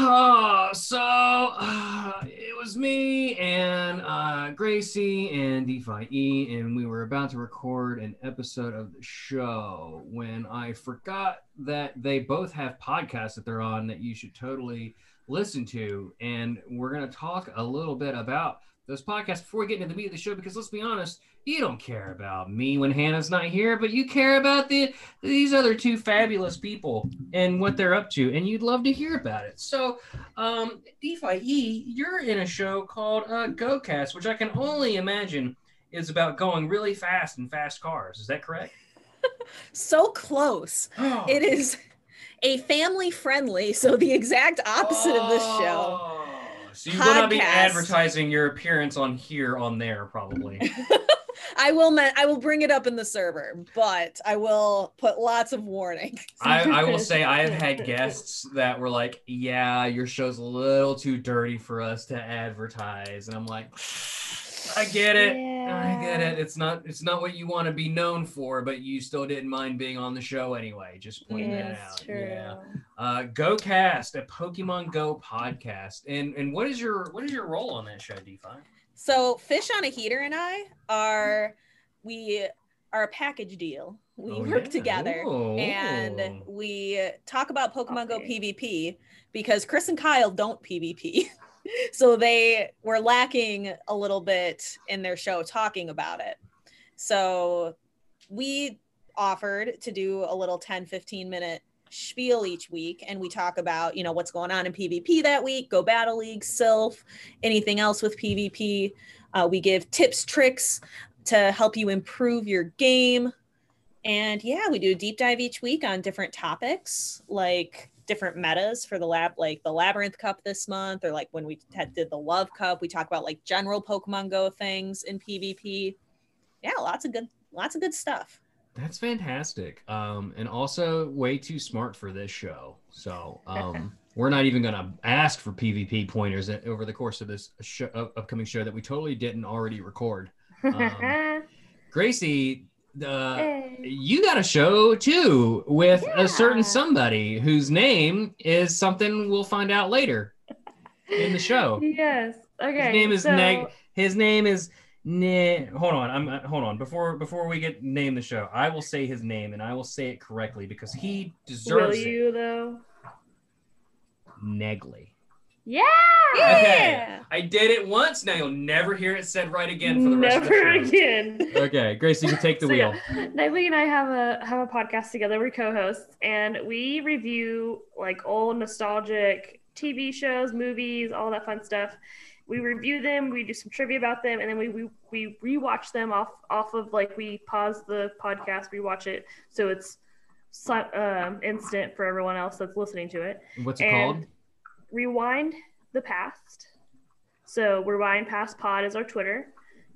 Oh, so uh, it was me and uh, Gracie and DeFi, and we were about to record an episode of the show when I forgot that they both have podcasts that they're on that you should totally listen to. And we're going to talk a little bit about those podcasts before we get into the meat of the show because let's be honest, you don't care about me when Hannah's not here, but you care about the these other two fabulous people and what they're up to, and you'd love to hear about it. So, um, DeFi E, you're in a show called uh, GoCast, which I can only imagine is about going really fast in fast cars. Is that correct? So close. Oh. It is a family friendly, so the exact opposite of this Oh. show. So you will not be Podcast. advertising your appearance on here on there probably. I will men- I will bring it up in the server, but I will put lots of warning. I, I will say I have had guests that were like, "Yeah, your show's a little too dirty for us to advertise," and I'm like, "I get it, I get it. It's not it's not what you want to be known for, but you still didn't mind being on the show anyway. Just point Yeah, that it's out. true. Yeah. Uh, GoCast, a Pokemon Go podcast, and and what is your what is your role on that show, DeFi? So fish on a heater and I are we are a package deal. We Oh, work yeah. together. Ooh. Oh. And we talk about Pokemon Go Okay. PvP because Chris and Kyle don't PvP. so they were lacking a little bit in their show talking about it. So we offered to do a little 10 15 minute spiel each week and we talk about you know what's going on in pvp that week go battle league sylph anything else with pvp uh, we give tips tricks to help you improve your game and yeah we do a deep dive each week on different topics like different metas for the lab like the labyrinth cup this month or like when we had, did the love cup we talk about like general pokemon go things in pvp yeah lots of good lots of good stuff That's fantastic. Um, and also way too smart for this show. So um, we're not even going to ask for PvP pointers a- over the course of this show, up- upcoming show that we totally didn't already record. Um, Gracie, uh, Hey. you got a show too with a certain Yeah. somebody whose name is something we'll find out later in the show. Yes. His Okay. name is so, Neg. His name is Ne. Hold on. I'm uh, hold on. Before before we get name the show, I will say his name and I will say it correctly because he Will deserves it. you though? Negley. Yeah. Okay. I did it once. Now you'll never hear it said right again for the rest Never of the show. again. Okay, Grace, you can take the So, wheel. Negley and I have a have a podcast together. We're co-hosts, and we review like old nostalgic TV shows, movies, all that fun stuff. We review them, we do some trivia about them, and then we we, we rewatch them off off of like we pause the podcast, rewatch it, so it's si- um, instant for everyone else that's listening to it. What's it and- called? rewind the past. So rewind past pod is our Twitter.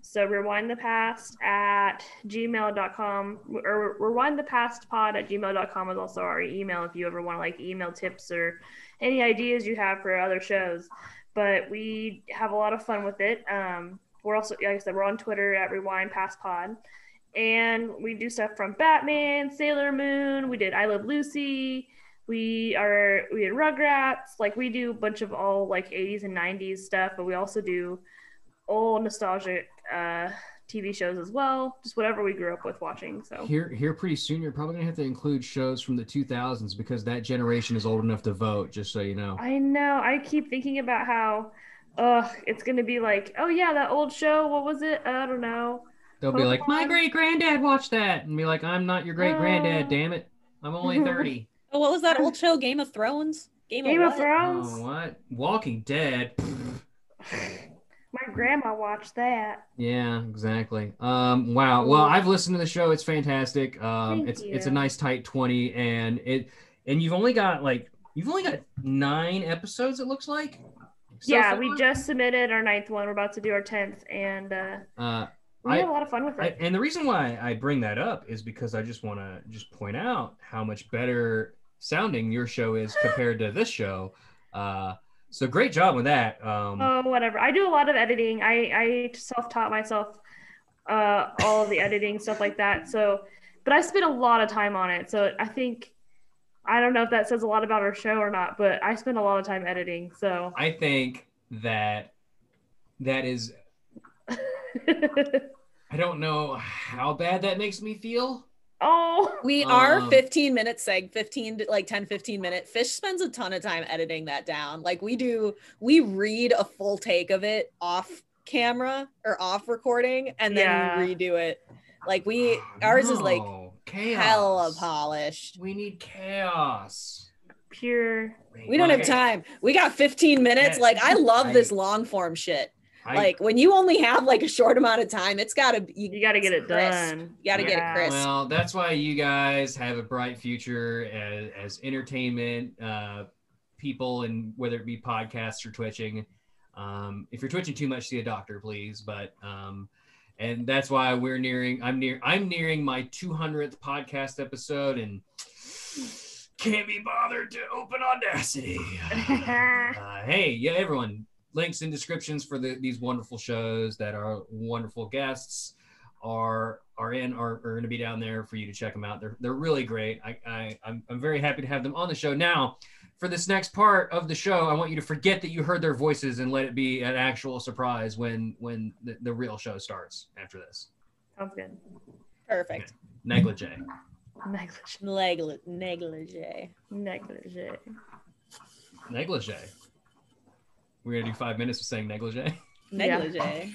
So rewind the past at gmail.com or rewind the past pod at gmail.com is also our email if you ever want to like email tips or any ideas you have for other shows. But we have a lot of fun with it. Um, we're also, like I said, we're on Twitter at rewind past pod. And we do stuff from Batman, Sailor Moon. We did I Love Lucy we are we had rugrats like we do a bunch of all like 80s and 90s stuff but we also do old nostalgic uh tv shows as well just whatever we grew up with watching so Here, here, pretty soon you're probably gonna have to include shows from the 2000s because that generation is old enough to vote. Just so you know. i know i keep thinking about how ugh it's gonna be like oh yeah that old show what was it i don't know They'll be like, my Pokemon. Uh, great granddad watched that, and be like, I'm not your great granddad, No. damn it. I'm only 30. Oh, what was that old show? Game of Thrones. Game, game of, of what? thrones Oh, what? Walking Dead. my grandma watched that yeah, exactly. Um, wow. Well, Cool. I've listened to the show. It's fantastic. Um, Thank it's it's a you. nice tight 20, and it and you've only got like you've only got nine episodes. It looks like. so yeah far. we just submitted our ninth one we're about to do our 10th and uh Uh, we I- had a lot of fun with I, um, it and the reason why I bring that up is because I just want to just point out how much better sounding your show is compared to this show. Uh, so great job with that. Um, Uh, Oh, whatever. I do a lot of editing. I, I self-taught myself uh, all the editing stuff like that. So, but I spent a lot of time on it. So I think I don't know if that says a lot about our show or not, but I spend a lot of time editing. So I think that that is. I don't know how bad that makes me feel. oh, We are Um, 15 minute seg, 15 to like 10, 15 minute. Fish spends a ton of time editing that down. Like we do, we read a full take of it off camera or off recording and then Yeah. we redo it. Like we, ours is like Oh, Ah, No, hella chaos. polished. We need chaos. pure. Wait, We don't have okay. time. We got 15 minutes. Yes. Like I love I- this long form shit. I- like when you only have like a short amount of time, it's gotta you, You got to get it done. You gotta get it Yeah. crisp. Well, that's why you guys have a bright future as, as entertainment uh, people, and whether it be podcasts or twitching. Um, if you're twitching too much, see a doctor, please. But um, and that's why we're nearing. I'm near. I'm nearing my 200th podcast episode, and can't be bothered to open Audacity. uh, hey, yeah, everyone. Links in descriptions for the, these wonderful shows that are wonderful guests are are in are, are going to be down there for you to check them out. They're they're really great. I, I I'm, I'm very happy to have them on the show. Now, for this next part of the show, I want you to forget that you heard their voices and let it be an actual surprise when when the, the real show starts after this. Sounds good. Perfect. Negligee. Negligee. Negli- negligee. Negligee. Negligee. We're gonna do five minutes of saying negligee. Negligee. Negligee.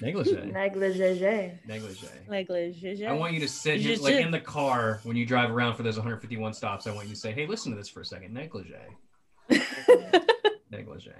Negligee. negligee. Negligee. I want you to sit here, like in the car when you drive around for those 151 stops. I want you to say, "Hey, listen to this for a second. Negligee, negligee."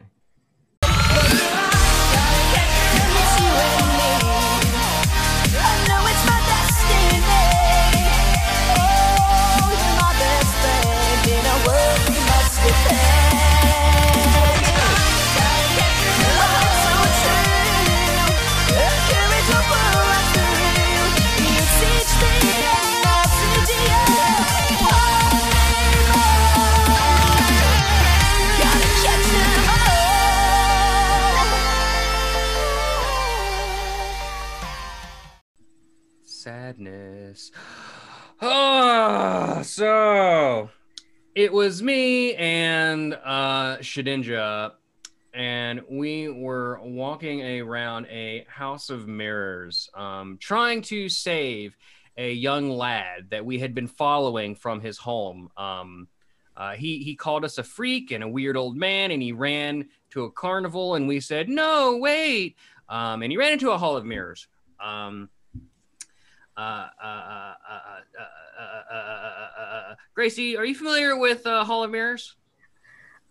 sadness. Ah, so it was me and uh, Shedinja, and we were walking around a house of mirrors, um, trying to save a young lad that we had been following from his home. Um, uh, he he called us a freak and a weird old man, and he ran to a carnival, and we said, "No, wait!" Um, and he ran into a hall of mirrors. Um, Uh, uh, Gracie, are you familiar with uh, Hall of Mirrors?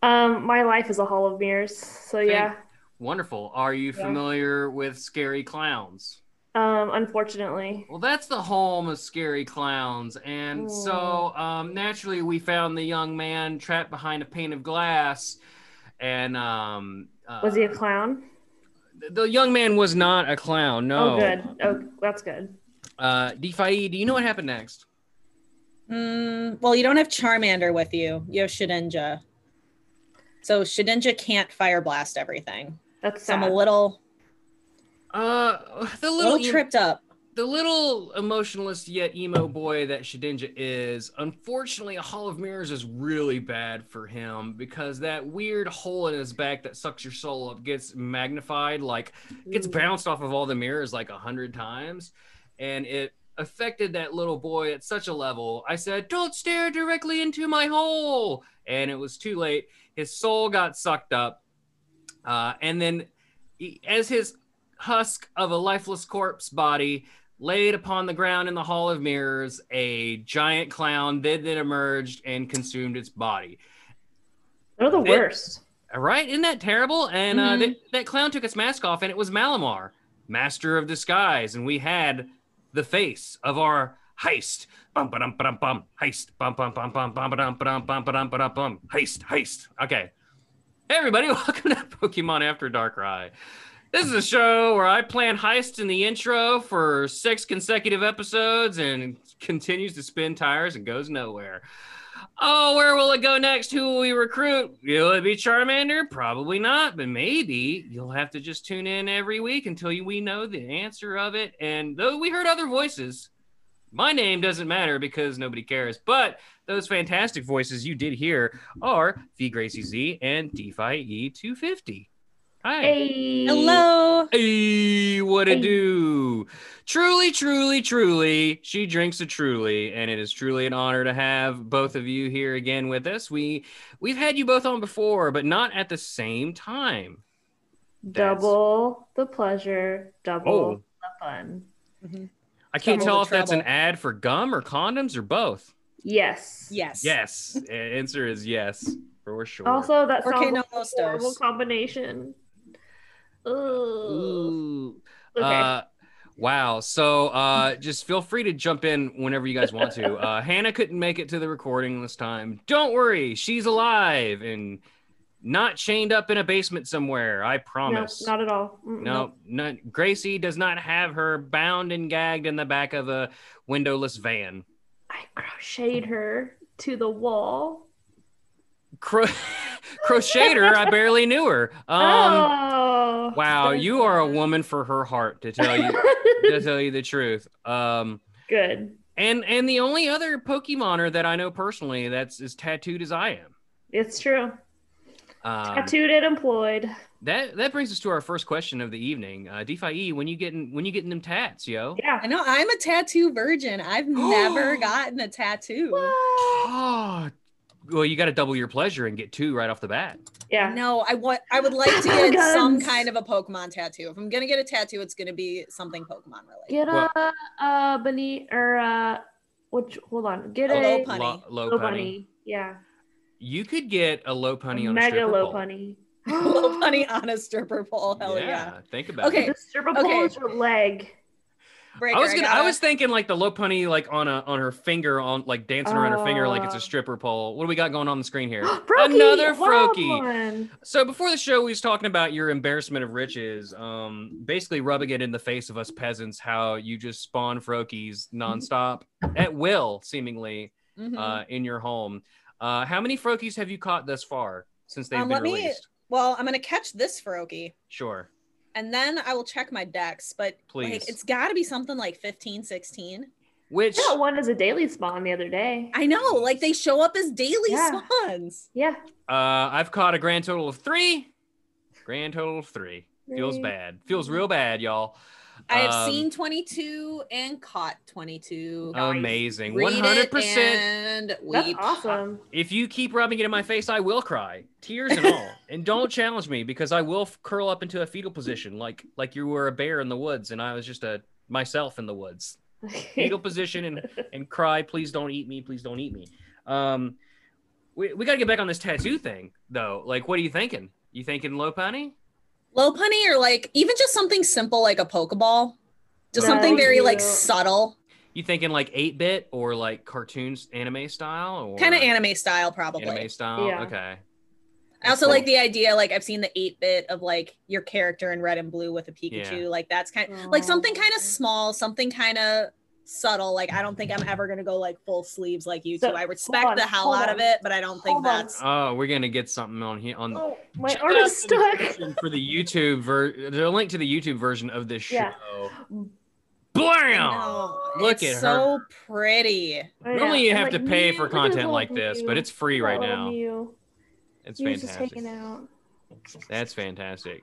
Um, my life is a hall of mirrors. So Thank- yeah. Wonderful. Are you Yeah. familiar with Scary Clowns? Um, unfortunately. Well, that's the home of Scary Clowns. And so um, naturally, we found the young man trapped behind a pane of glass. And um, uh, Was he a clown? the young man was not a clown. No. Oh, good. Oh, that's good. Uh, Defy, do you know what happened next? Mm, well, you don't have Charmander with you. You have Shedinja. So Shedinja can't fire blast everything. That's So I'm a sad. little, Uh, the little, little tripped up. the little emotionalist yet emo boy that Shedinja is, unfortunately, a Hall of Mirrors is really bad for him because that weird hole in his back that sucks your soul up gets magnified, like gets bounced off of all the mirrors like a hundred times, and it affected that little boy at such a level. I said, "Don't stare directly into my hole," and it was too late. His soul got sucked up, uh, and then he- as his husk of a lifeless corpse body laid upon the ground in the hall of mirrors a giant clown then then emerged and consumed its body They're the They- worst. all right isn't that terrible and uh, Mhm. that, that clown took its mask off and it was malamar master of disguise and we had the face of our heist bum ba dum ba dum bum heist bum bum bum bum bum ba dum ba dum bum ba dum ba dum bum heist heist okay Hey everybody, welcome to Pokemon After Dark Rye. This is a show where I plan heists in the intro for six consecutive episodes and continues to spin tires and goes nowhere. Oh, where will it go next? Who will we recruit? Will it be Charmander? Probably not, but maybe you'll have to just tune in every week until you- we know the answer of it. And though we heard other voices, My name doesn't matter because nobody cares. But those fantastic voices you did hear are V Gracie Z and DeFi E250. Hi. Hey. Hello. Hey, what a Hey. do. Truly, truly, truly, she drinks a truly, and it is truly an honor to have both of you here again with us. We we've had you both on before, but not at the same time. That's- Double the pleasure, double Oh. the fun. I can't Double tell the if that's an trouble. ad for gum or condoms or both. Yes. Yes. Yes. A- Answer is yes, for sure. Also, that Or sounds Kano like a Mostos. horrible combination. Ugh. Ooh. Okay. Uh, wow. So uh, just feel free to jump in whenever you guys want to. Uh, Hannah couldn't make it to the recording this time. Don't worry, she's alive and not chained up in a basement somewhere. I no, promise. not at all. Mm-mm. no, no, Gracie does not have her bound and gagged in the back of a windowless van. I crocheted her to the wall. Cro- Crocheter, I barely knew her. Um, oh. Wow, you are a woman for her heart, to tell you to tell you the truth. Um, Good. And and the only other Pokemoner that I know personally that's as tattooed as I am. It's true. Um, Tattooed and employed. That that brings us to our first question of the evening. Uh, DeFi, when you getting when you getting them tats, yo? Yeah. I know I'm a tattoo virgin. I've never gotten a tattoo. Oh, well, you got to double your pleasure and get two right off the bat. Yeah. No, I want I would like to get Guns. some kind of a Pokemon tattoo. If I'm gonna get a tattoo, it's gonna be something Pokemon related. Get What? a uh beneath or uh which hold on. Get A a, low punny. Lo- low low punny. bunny. Yeah. You could get a low punny on a Mega stripper low pole. punny. Little bunny on a stripper pole. Oh, Hell yeah. Think about Okay, it. The stripper pole Okay. is your leg. Breaker, I was gonna, I gotta- was thinking like the low punny like on a on her finger on like dancing around her finger like it's Uh. a stripper pole. What do we got going on the screen here? Brokey, Another wild Froakie. one. So before the show, we was talking about your embarrassment of riches, um, basically rubbing it in the face of us peasants how you just spawn frokies Mm-hmm. nonstop at will, seemingly Mhm. uh, in your home. Uh, how many frokies have you caught thus far since they've Um, been let me- released? well, I'm gonna catch this Feroki Sure, and then I will check my decks, but please. like it's gotta be something like 15, 16. Which I got one as a daily spawn the other day. I know, like they show up as daily Yeah. spawns. Yeah. uh, I've caught a grand total of three. Grand total of three. Feels Three. bad. Feels real bad, y'all. Mm-hmm. I have Um, seen 22 and caught 22. Nice. amazing. Read One it hundred percent. And weep. That's awesome. If you keep rubbing it in my face, I will cry, tears and all. and don't challenge me because I will f- curl up into a fetal position, like like you were a bear in the woods and I was just a myself in the woods, fetal position, and and cry. Please don't eat me. Please don't eat me. Um, we we gotta get back on this tattoo thing though. Like, what are you thinking? You thinking low punny? Low punny or like even just something simple like a Pokeball. Just Right. something very like Yeah. subtle, You thinking like eight bit or like cartoons anime style or kind of anime style, probably. anime style? Yeah. Okay. I also Cool. like the idea, like I've seen the eight bit of like your character in red and blue with a Pikachu. Like that's kind like something kind of small, something kind of subtle. Like I don't think I'm ever gonna go like full sleeves like you So, two. I respect hold on, the hell hold out of on, it, but I don't think hold on. that's Oh, we're gonna get something on here on the Oh, my Check arm out is the stuck. description for the YouTube ver- the link to the YouTube version of this show. Yeah. Blam! no, Look it's at so pretty. Oh, yeah. Normally you I'm have like, to pay Mew, for look at content little like this, but Mew. it's free Look at right little now. Mew. It's Mew's just fantastic. taken out. That's fantastic.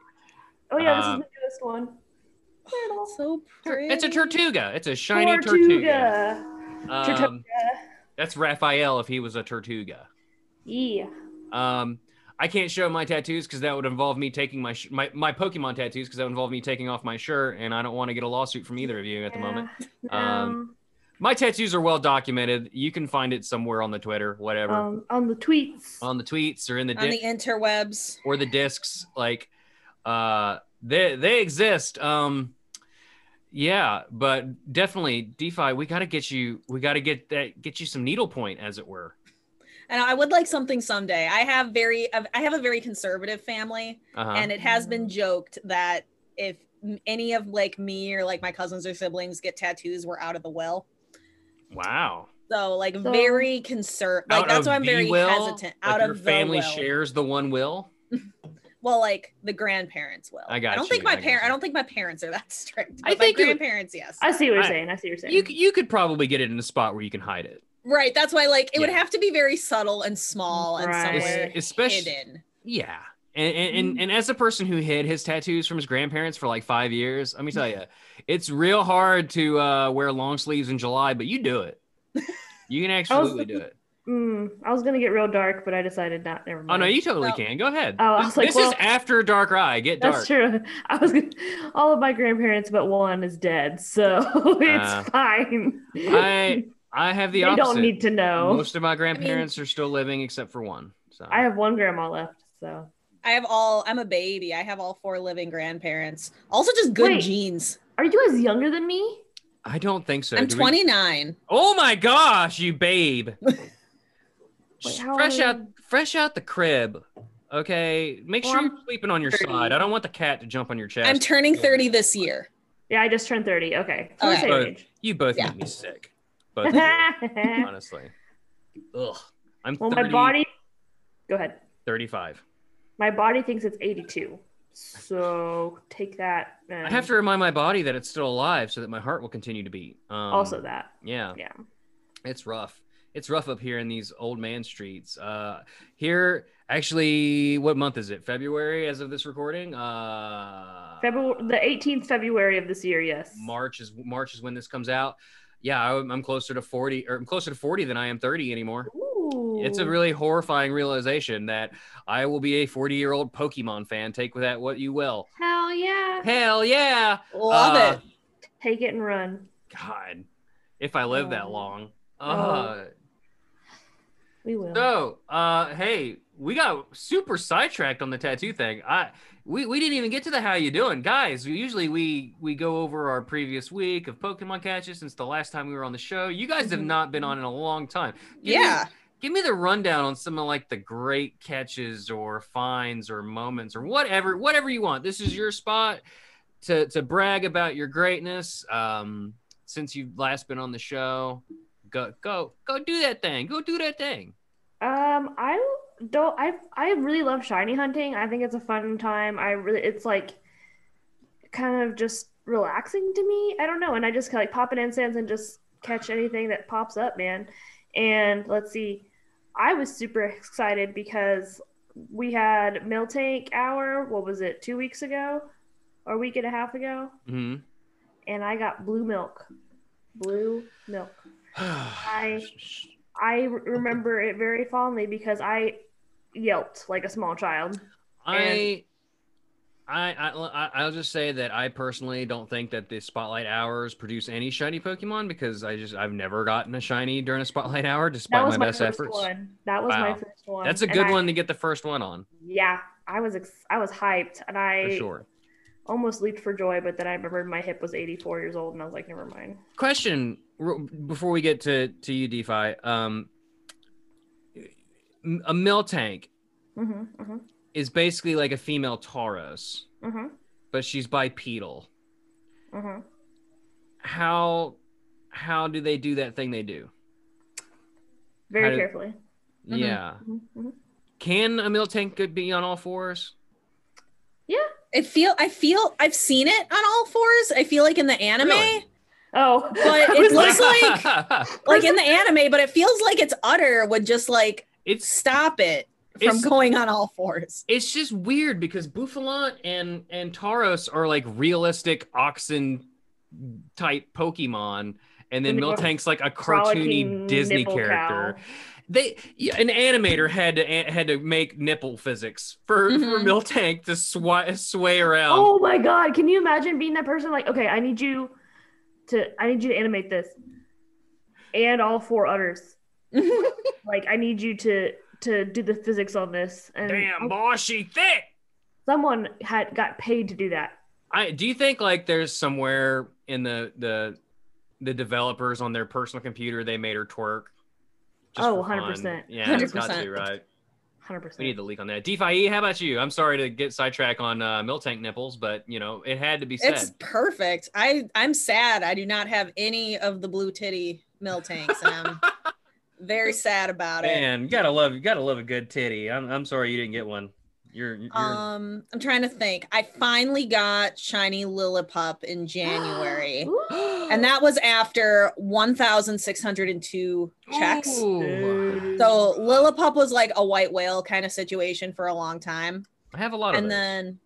Oh yeah, this Um, is the newest one. It's so pretty. It's a tortuga. It's a shiny tortuga. Tortuga. Um, that's Raphael if he was a tortuga. Yeah. Um, I can't show my tattoos because that would involve me taking my sh- my, my Pokemon tattoos because that would involve me taking off my shirt, and I don't want to get a lawsuit from either of you at the moment. Um, My tattoos are well documented. You can find it somewhere on the Twitter, Um, whatever, um, on the tweets. on the tweets or in the, on the di- interwebs. or the discs. Like, uh, they they exist. Um, yeah, but definitely DeFi. We gotta get you. We gotta get that. Get you some needlepoint, as it were. And I would like something someday. I have very I have a very conservative family. Uh-huh. and it has been joked that if m- any of like me or like my cousins or siblings get tattoos we're out of the will wow. so like So- very concerned like Out that's of why i'm the very will? hesitant Like out your of family the will. shares the one will. Well, like the grandparents will. I got I don't you, think my I got parent. I you. don't think my parents are that strict. I but my think it- grandparents, yes. I see what you're I- saying. I see what you're saying. You c- you could probably get it in a spot where you can hide it, Right. That's why, like, it would Yeah. have to be very subtle and small and Right. somewhere Es- especially. hidden. Yeah. And, and, Mm-hmm. and, and as a person who hid his tattoos from his grandparents for like five years, let me Mm-hmm. tell you, it's real hard to uh, wear long sleeves in July, but you do it. You can absolutely do it. Mm, I was gonna get real dark, but I decided not. Never Oh mind. no, you totally Well- can. Go ahead. Oh, I was like, this well, is after Dark Eye. Get dark. that's true. I was. Gonna, all of my grandparents but one is dead, so it's Uh, fine. I I have the they opposite. don't need to know. Most of my grandparents are still living except for one. So I have one grandma left, so I have all. I'm a baby. I have all four living grandparents. Also, just good Wait. genes. are you guys younger than me? I don't think so. I'm Do we- 29. Oh my gosh, you babe. Just how fresh old are out fresh out the crib. Okay. Make sure Well, you're sleeping on your 30. side. I don't want the cat to jump on your chest. I'm turning Yeah. 30 this year. Yeah, I just turned thirty. Okay, so we're Okay. same Both- age. you both Yeah. make me sick. Both of you, honestly. Ugh. I'm well, 30, my body. Go ahead. 35. My body thinks it's eighty-two, so take that. And I have to remind my body that it's still alive so that my heart will continue to beat. Um, also that. Yeah. Yeah. It's rough. It's rough up here in these old man streets. Uh here actually what month is it? February as of this recording? Uh February the 18th February of this year, yes. March is March is when this comes out. Yeah, I, I'm closer to 40 or I'm closer to 40 than I am 30 anymore. Ooh. It's a really horrifying realization that I will be a 40 year old Pokemon fan. Take with that what you will. Hell yeah. Hell yeah. Love Uh, it. Take it and run. God, if I live that Oh. long. Oh. Uh, We will. so, uh, hey, we got super sidetracked on the tattoo thing. I we, we didn't even get to the how you doing, guys. We, usually we we go over our previous week of Pokemon catches since the last time we were on the show. You guys have Mhm. not been on in a long time. Give me- Yeah. give me the rundown on some of like the great catches or finds or moments or whatever whatever you want this is your spot to to brag about your greatness um since you've last been on the show go go go do that thing go do that thing Um I don't I I really love shiny hunting. I think it's a fun time. I really it's like kind of just relaxing to me. I don't know. And I just like pop an incense and just catch anything that pops up, man. And let's see. I was super excited because we had Mill Tank Hour, what was it, two weeks ago? Or a week and a half ago? hmm and I got blue milk. Blue milk. I- I re- remember it very fondly because I yelped like a small child. I, I, I, I- I'll just say that I personally don't think that the spotlight hours produce any shiny Pokemon because I just I've never gotten a shiny during a spotlight hour despite That was my, my, best first efforts. one. That was my Wow. first one. That's a And good I- one to get the first one on Yeah, I was ex- I was hyped and for I sure. almost leaped for joy, but then I remembered my hip was 84 years old and I was like, never mind. Question r- before we get to to you, DeFi. Um, m- a mill tank Mhm, mhm, is basically like a female Tauros, mhm, but she's bipedal. mhm. How how do they do that thing they do? How Very did- carefully. Mhm. Yeah. Mhm, mhm. Can a mill tank could be on all fours? It feel I feel I've seen it on all fours. I feel like in the anime, Really? Oh, But I it was looks like, like like in the anime, but it feels like its udder would just like it's stop it from It's- going on all fours. it's just weird because Buffalant and and Tauros are like realistic oxen type Pokemon, and then And they go Miltank's like a frolicking cartoony Disney nipple character. Um, cow. They yeah, an animator had to had to make nipple physics for for Mhm. Miltank to swi sway around. Mm-hmm. oh my god, can you imagine being that person? Like, okay, I need you to I need you to animate this. And all four udders. Like I need you to to do the physics on this. And Damn, boy, she thick. someone had got paid to do that. I do you think like there's somewhere in the the the developers on their personal computer they made her twerk. Oh, for fun. 100%. Yeah, it's got to 100%. right. Hundred We need percent. the leak on that. DeFi, how about you? I'm sorry to get sidetracked on uh, Miltank nipples, but you know it had to be said. It's perfect. I I'm sad. I do not have any of the blue titty mill tanks, and I'm very sad about it. Man, you gotta love you gotta love a good titty. I'm, I'm sorry you didn't get one. You're, you're Um, I'm trying to think. I finally got Shiny Lillipup in January. Ooh. and that was after 1,602 checks. Ooh. So Lillipup was like a white whale kind of situation for a long time. I have a lot of And those. then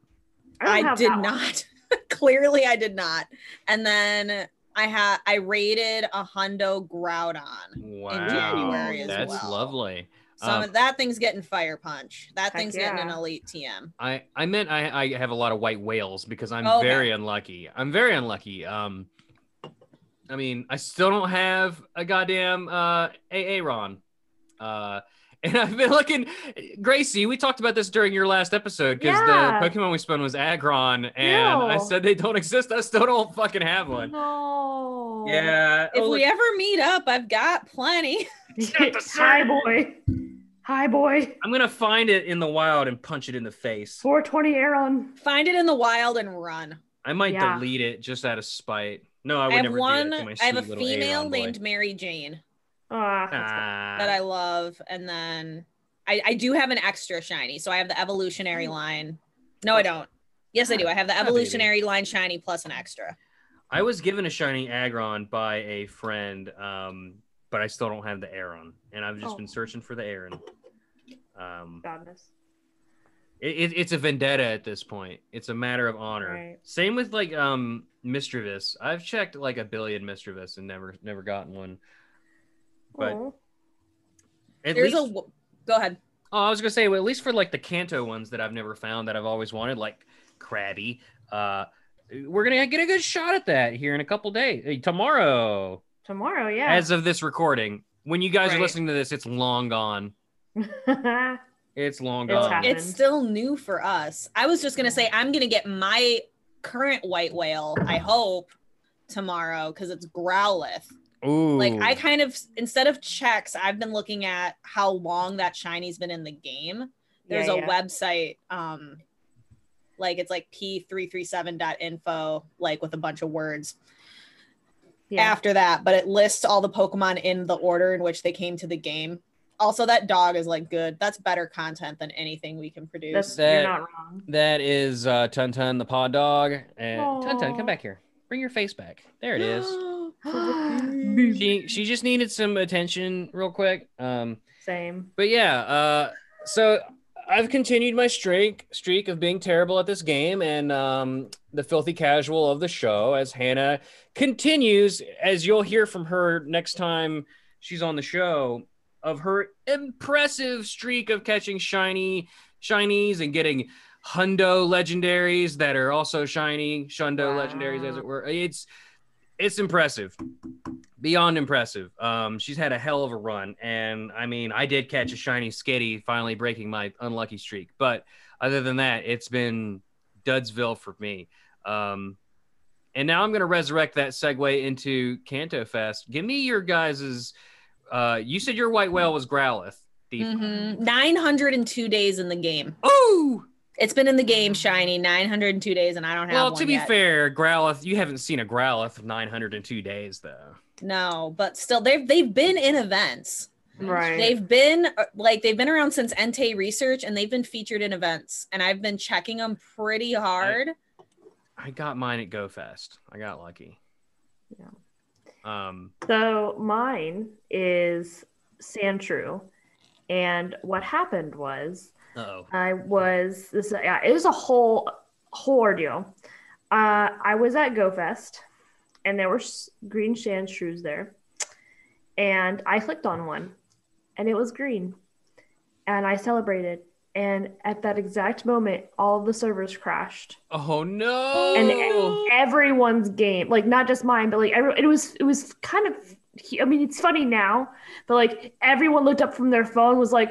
don't I have did that one. not. Clearly I did not. And then I had I rated a hundo Groudon. wow, January as that's well. lovely. So Um, that thing's getting fire punch. That Heck thing's getting an yeah. elite TM. I I meant I I have a lot of white whales because I'm Oh, Okay. very unlucky. I'm very unlucky. Um, I mean, I still don't have a goddamn uh Aaron. Uh, and I've been looking, Gracie. We talked about this during your last episode because Yeah. the Pokemon we spun was Agron, and I No. said they don't exist. I still don't fucking have one. No. Yeah. If oh, we ever meet up, I've got plenty. Get the Hi, shirt. boy. Hi, boy. I'm gonna find it in the wild and punch it in the face. 420 Aaron. Find it in the wild and run. I might Yeah. delete it just out of spite. No, I I, would have never one. do that to my I have a sweet little female Aaron boy. named Mary Jane Ah, that's good. Ah, that I love, and then I, I do have an extra shiny. So I have the Mm. evolutionary line. No, I don't. Yes, I do. I have the Oh. Ah, baby. evolutionary line shiny plus an extra. I was given a shiny Agron by a friend, um, but I still don't have the Aaron, and I've just Oh. been searching for the Aaron. Um, Godness. it, it- it's a vendetta at this point. It's a matter of honor. Right. Same with like um mischievous. I've checked like a billion mischievous and never never gotten one. But Oh. at There's a least, w- go ahead. oh, I was gonna say well, at least for like the Kanto ones that I've never found that I've always wanted, like Krabby. Uh, we're gonna get a good shot at that here in a couple days. Hey, tomorrow. Tomorrow, yeah. as of this recording. When you guys are Right. listening to this, it's long gone. It's long It's gone. happened. It's still new for us. I was just gonna say I'm gonna get my current white whale. I hope tomorrow because it's Growlithe. Ooh. Like I kind of instead of checks, I've been looking at how long that shiny's been in the game. there's Yeah, a yeah. website um like it's like p337.info like with a bunch of words Yeah. after that but it lists all the pokemon in the order in which they came to the game also that dog is like good that's better content than anything we can produce That's, that- you're not wrong. that is uh, Tun Tun the pod dog. And Tun Tun, Aw. come back here. Bring your face back. There it is. is. she she just needed some attention real quick. Um, Same. but yeah, uh, so I've continued my streak streak of being terrible at this game, and um, the filthy casual of the show as Hannah continues, as you'll hear from her next time she's on the show, of her impressive streak of catching shiny shinies and getting hundo legendaries that are also shiny shundo Wow. legendaries as it were it's it's impressive beyond impressive. Um, she's had a hell of a run, and I mean, I did catch a shiny Skitty, finally breaking my unlucky streak. But other than that, it's been Dudsville for me. Um, and now I'm going to resurrect that segue into Canto Fest. Give me your guys's. Uh, you said your white whale was Growlithe. Deep. Mhm. Mm-hmm. 902 days in the game Oh, it's been in the game shiny 902 days and i don't have well. one To be yet. fair, Growlithe, you haven't seen a Growlithe 902 days though. no but still they've they've been in events Right. They've been uh, like they've been around since Ente research and they've been featured in events and I've been checking them pretty hard. I got mine at GoFest. I got lucky. Yeah. Um. So mine is Sandshrew. And what happened was Oh. I was this yeah, it was a whole whole ordeal. Uh, I was at GoFest, and there were s- green sand shrews there, and I clicked on one, and it was green, and I celebrated. And at that exact moment, all of the servers crashed, Oh no! and Oh. e- everyone's game, like not just mine, but like every, it was it was kind of. I mean, it's funny now, but like everyone looked up from their phone was like,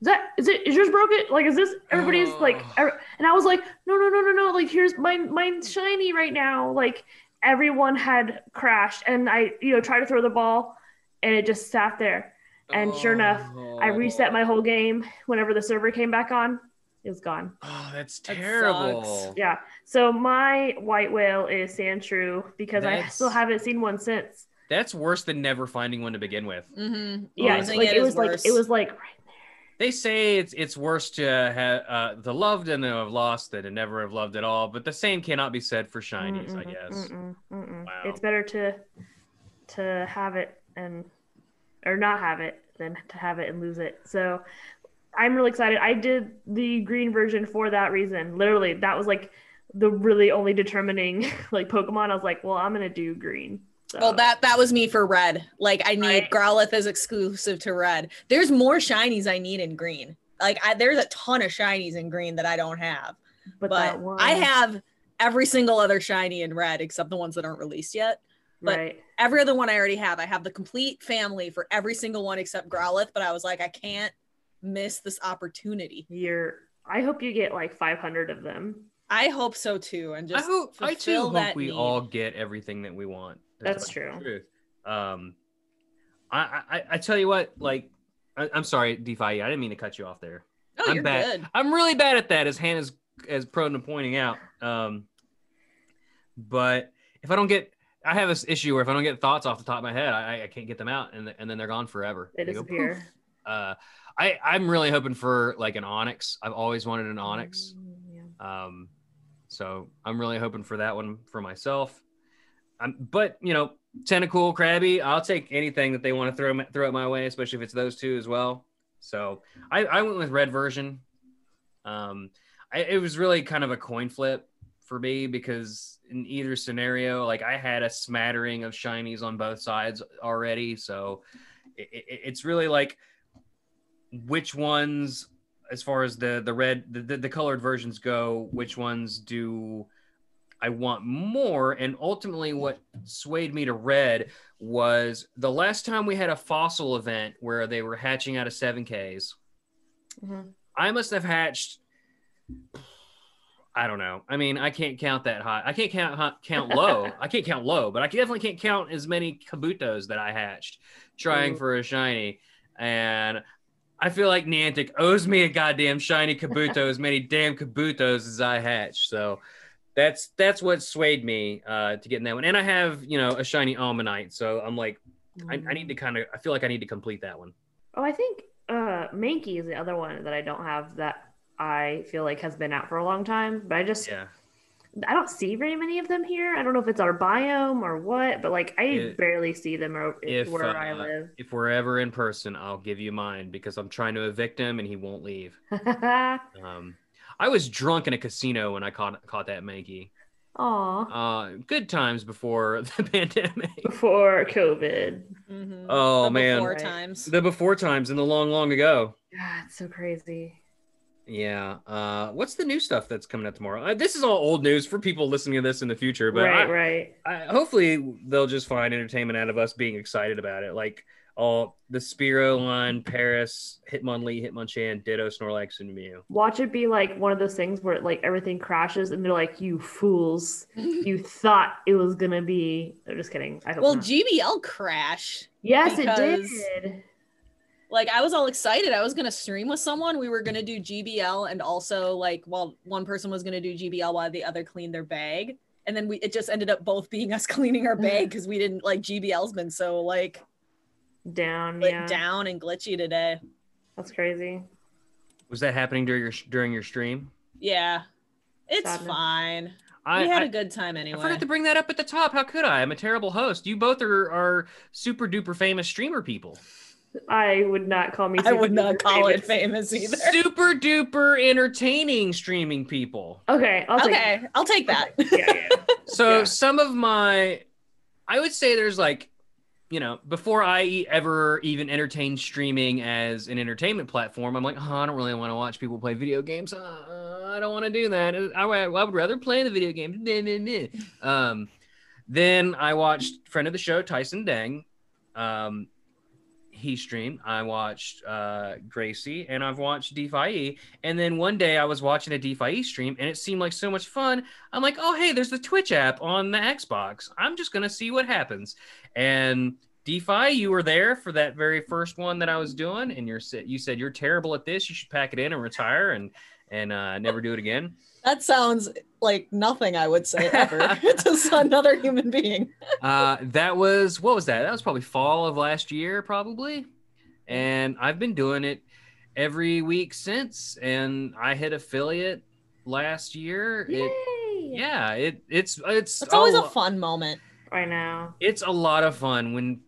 is that is it is yours broken like is this everybody's like Oh. ev- and i was like no no no no no like here's mine mine's shiny right now like everyone had crashed and i you know tried to throw the ball and it just sat there and sure enough, Oh. i reset my whole game whenever the server came back on it was gone Oh, that's That terrible. sucks. yeah so my white whale is sand shrew because i That's- still haven't seen one since that's worse than never finding one to begin with. Mm-hmm. yeah Losing like Oh, it it, is was like worse. it was like right they say it's it's worse to have uh, the loved and to have lost than to never have loved at all. But the same cannot be said for shinies, Mm-hmm, I Mm-mm, guess. mm-mm, mm-mm. Wow. It's better to to have it and or not have it than to have it and lose it. So I'm really excited. I did the green version for that reason. Literally, that was like the really only determining like Pokemon. I was like, well, I'm gonna do green. So, Well, that that was me for red. Like I need Right. Growlithe is exclusive to red. There's more shinies I need in green. Like I, there's a ton of shinies in green that I don't have. But, that one- I have every single other shiny in red except the ones that aren't released yet. but- right. Every other one I already have. I have the complete family for every single one except Growlithe. But I was like, I can't miss this opportunity. You're. I hope you get like 500 of them. I hope so too. And I just hope I too fulfill hope that we need. all get everything that we want. That's the true. truth. Um, I, I I tell you what, like I, I'm sorry, DeFi, I didn't mean to cut you off there. No, I'm Oh, you're back. good. I'm really bad at that, as Hannah's as prone to pointing out. Um, but if I don't get, I have this issue where if I don't get thoughts off the top of my head, I, I can't get them out, and and then they're gone forever. They They go disappear. poof. Uh, I I'm really hoping for like an onyx. I've always wanted an onyx. Mm, yeah. Um, so I'm really hoping for that one for myself. Um, but you know, Tentacool, Krabby, I'll take anything that they want to throw my- throw it my way, especially if it's those two as well. So I, I went with red version. Um, I, it was really kind of a coin flip for me because in either scenario, like I had a smattering of shinies on both sides already, so it, it, it's really like which ones as far as the the red the, the, the colored versions go which ones do i want more and ultimately what swayed me to red was the last time we had a fossil event where they were hatching out of 7ks Mhm. i must have hatched i don't know i mean i can't count that high i can't count hi- count low i can't count low but i definitely can't count as many kabutos that i hatched trying Ooh. for a shiny and I feel like Niantic owes me a goddamn shiny Kabuto as many damn Kabutos as I hatch. So that's that's what swayed me uh, to getting that one. And I have you know a shiny Almanite, so I'm like I, I need to kind of I feel like I need to complete that one. Oh, I think uh, Mankey is the other one that I don't have that I feel like has been out for a long time. But I just Yeah, I don't see very many of them here. I don't know if it's our biome or what, but like I If- barely see them o- if, where I uh, live. if we're ever in person, I'll give you mine because I'm trying to evict him and he won't leave. Um, I was drunk in a casino when I caught caught that Mankey. Aw, Uh, good times before the pandemic. before COVID. Mhm. Oh The man, before Right. times. the before times and the long, long ago. God, it's so crazy. Yeah. Uh, what's the new stuff that's coming out tomorrow? Uh, this is all old news for people listening to this in the future, but right, I, right. I, hopefully they'll just find entertainment out of us being excited about it. Like all the Spiro line, Paris, Hitmonlee, Hitmonchan, Ditto, Snorlax, and Mew. Watch it be like one of those things where like everything crashes and they're like, "You fools! You thought it was gonna be." I'm just kidding. I hope Well, not. GBL crashed. yes, because- it did. like I was all excited. I was gonna stream with someone. We were gonna do GBL and also like while one person was gonna do GBL while the other cleaned their bag. And then we it just ended up both being us cleaning our Mm. bag because we didn't like GBL's been so like Down, lit yeah. down and glitchy today. That's crazy. Was that happening during your during your stream? Yeah. It's Sadness. fine. I, we had I- a good time I anyway. forgot to bring that up at the top. How could I? I'm a terrible host. You both are, are super duper famous streamer people. I would not call me. I would not super call it famous. famous either. Super duper entertaining streaming people. Okay, I'll take okay, I'll take that. yeah, yeah. So Yeah. some of my, I would say there's like, you know, before I e- ever even entertained streaming as an entertainment platform, I'm like, oh, I don't really want to watch people play video games. Uh, I don't want to do that. I, would- I would rather play the video game. Meh, meh, meh. Um, then I watched friend of the show Tyson Dang. Um, he streamed. I watched uh, Gracie, and I've watched DeFi. E. And then one day I was watching a DeFi stream, and it seemed like so much fun. I'm like, oh hey, there's the Twitch app on the Xbox. I'm just gonna see what happens. And DeFi, you were there for that very first one that I was doing, and you're sa- you said you're terrible at this. You should pack it in and retire and and uh, never do it again. that sounds like nothing I would say ever to another human being. Uh, that was what was that? That was probably fall of last year, probably. And I've been doing it. every week since, and I hit affiliate last year. Yay! It yeah, it it's it's oh, It's always a a fun moment. I know. it's a lot of fun when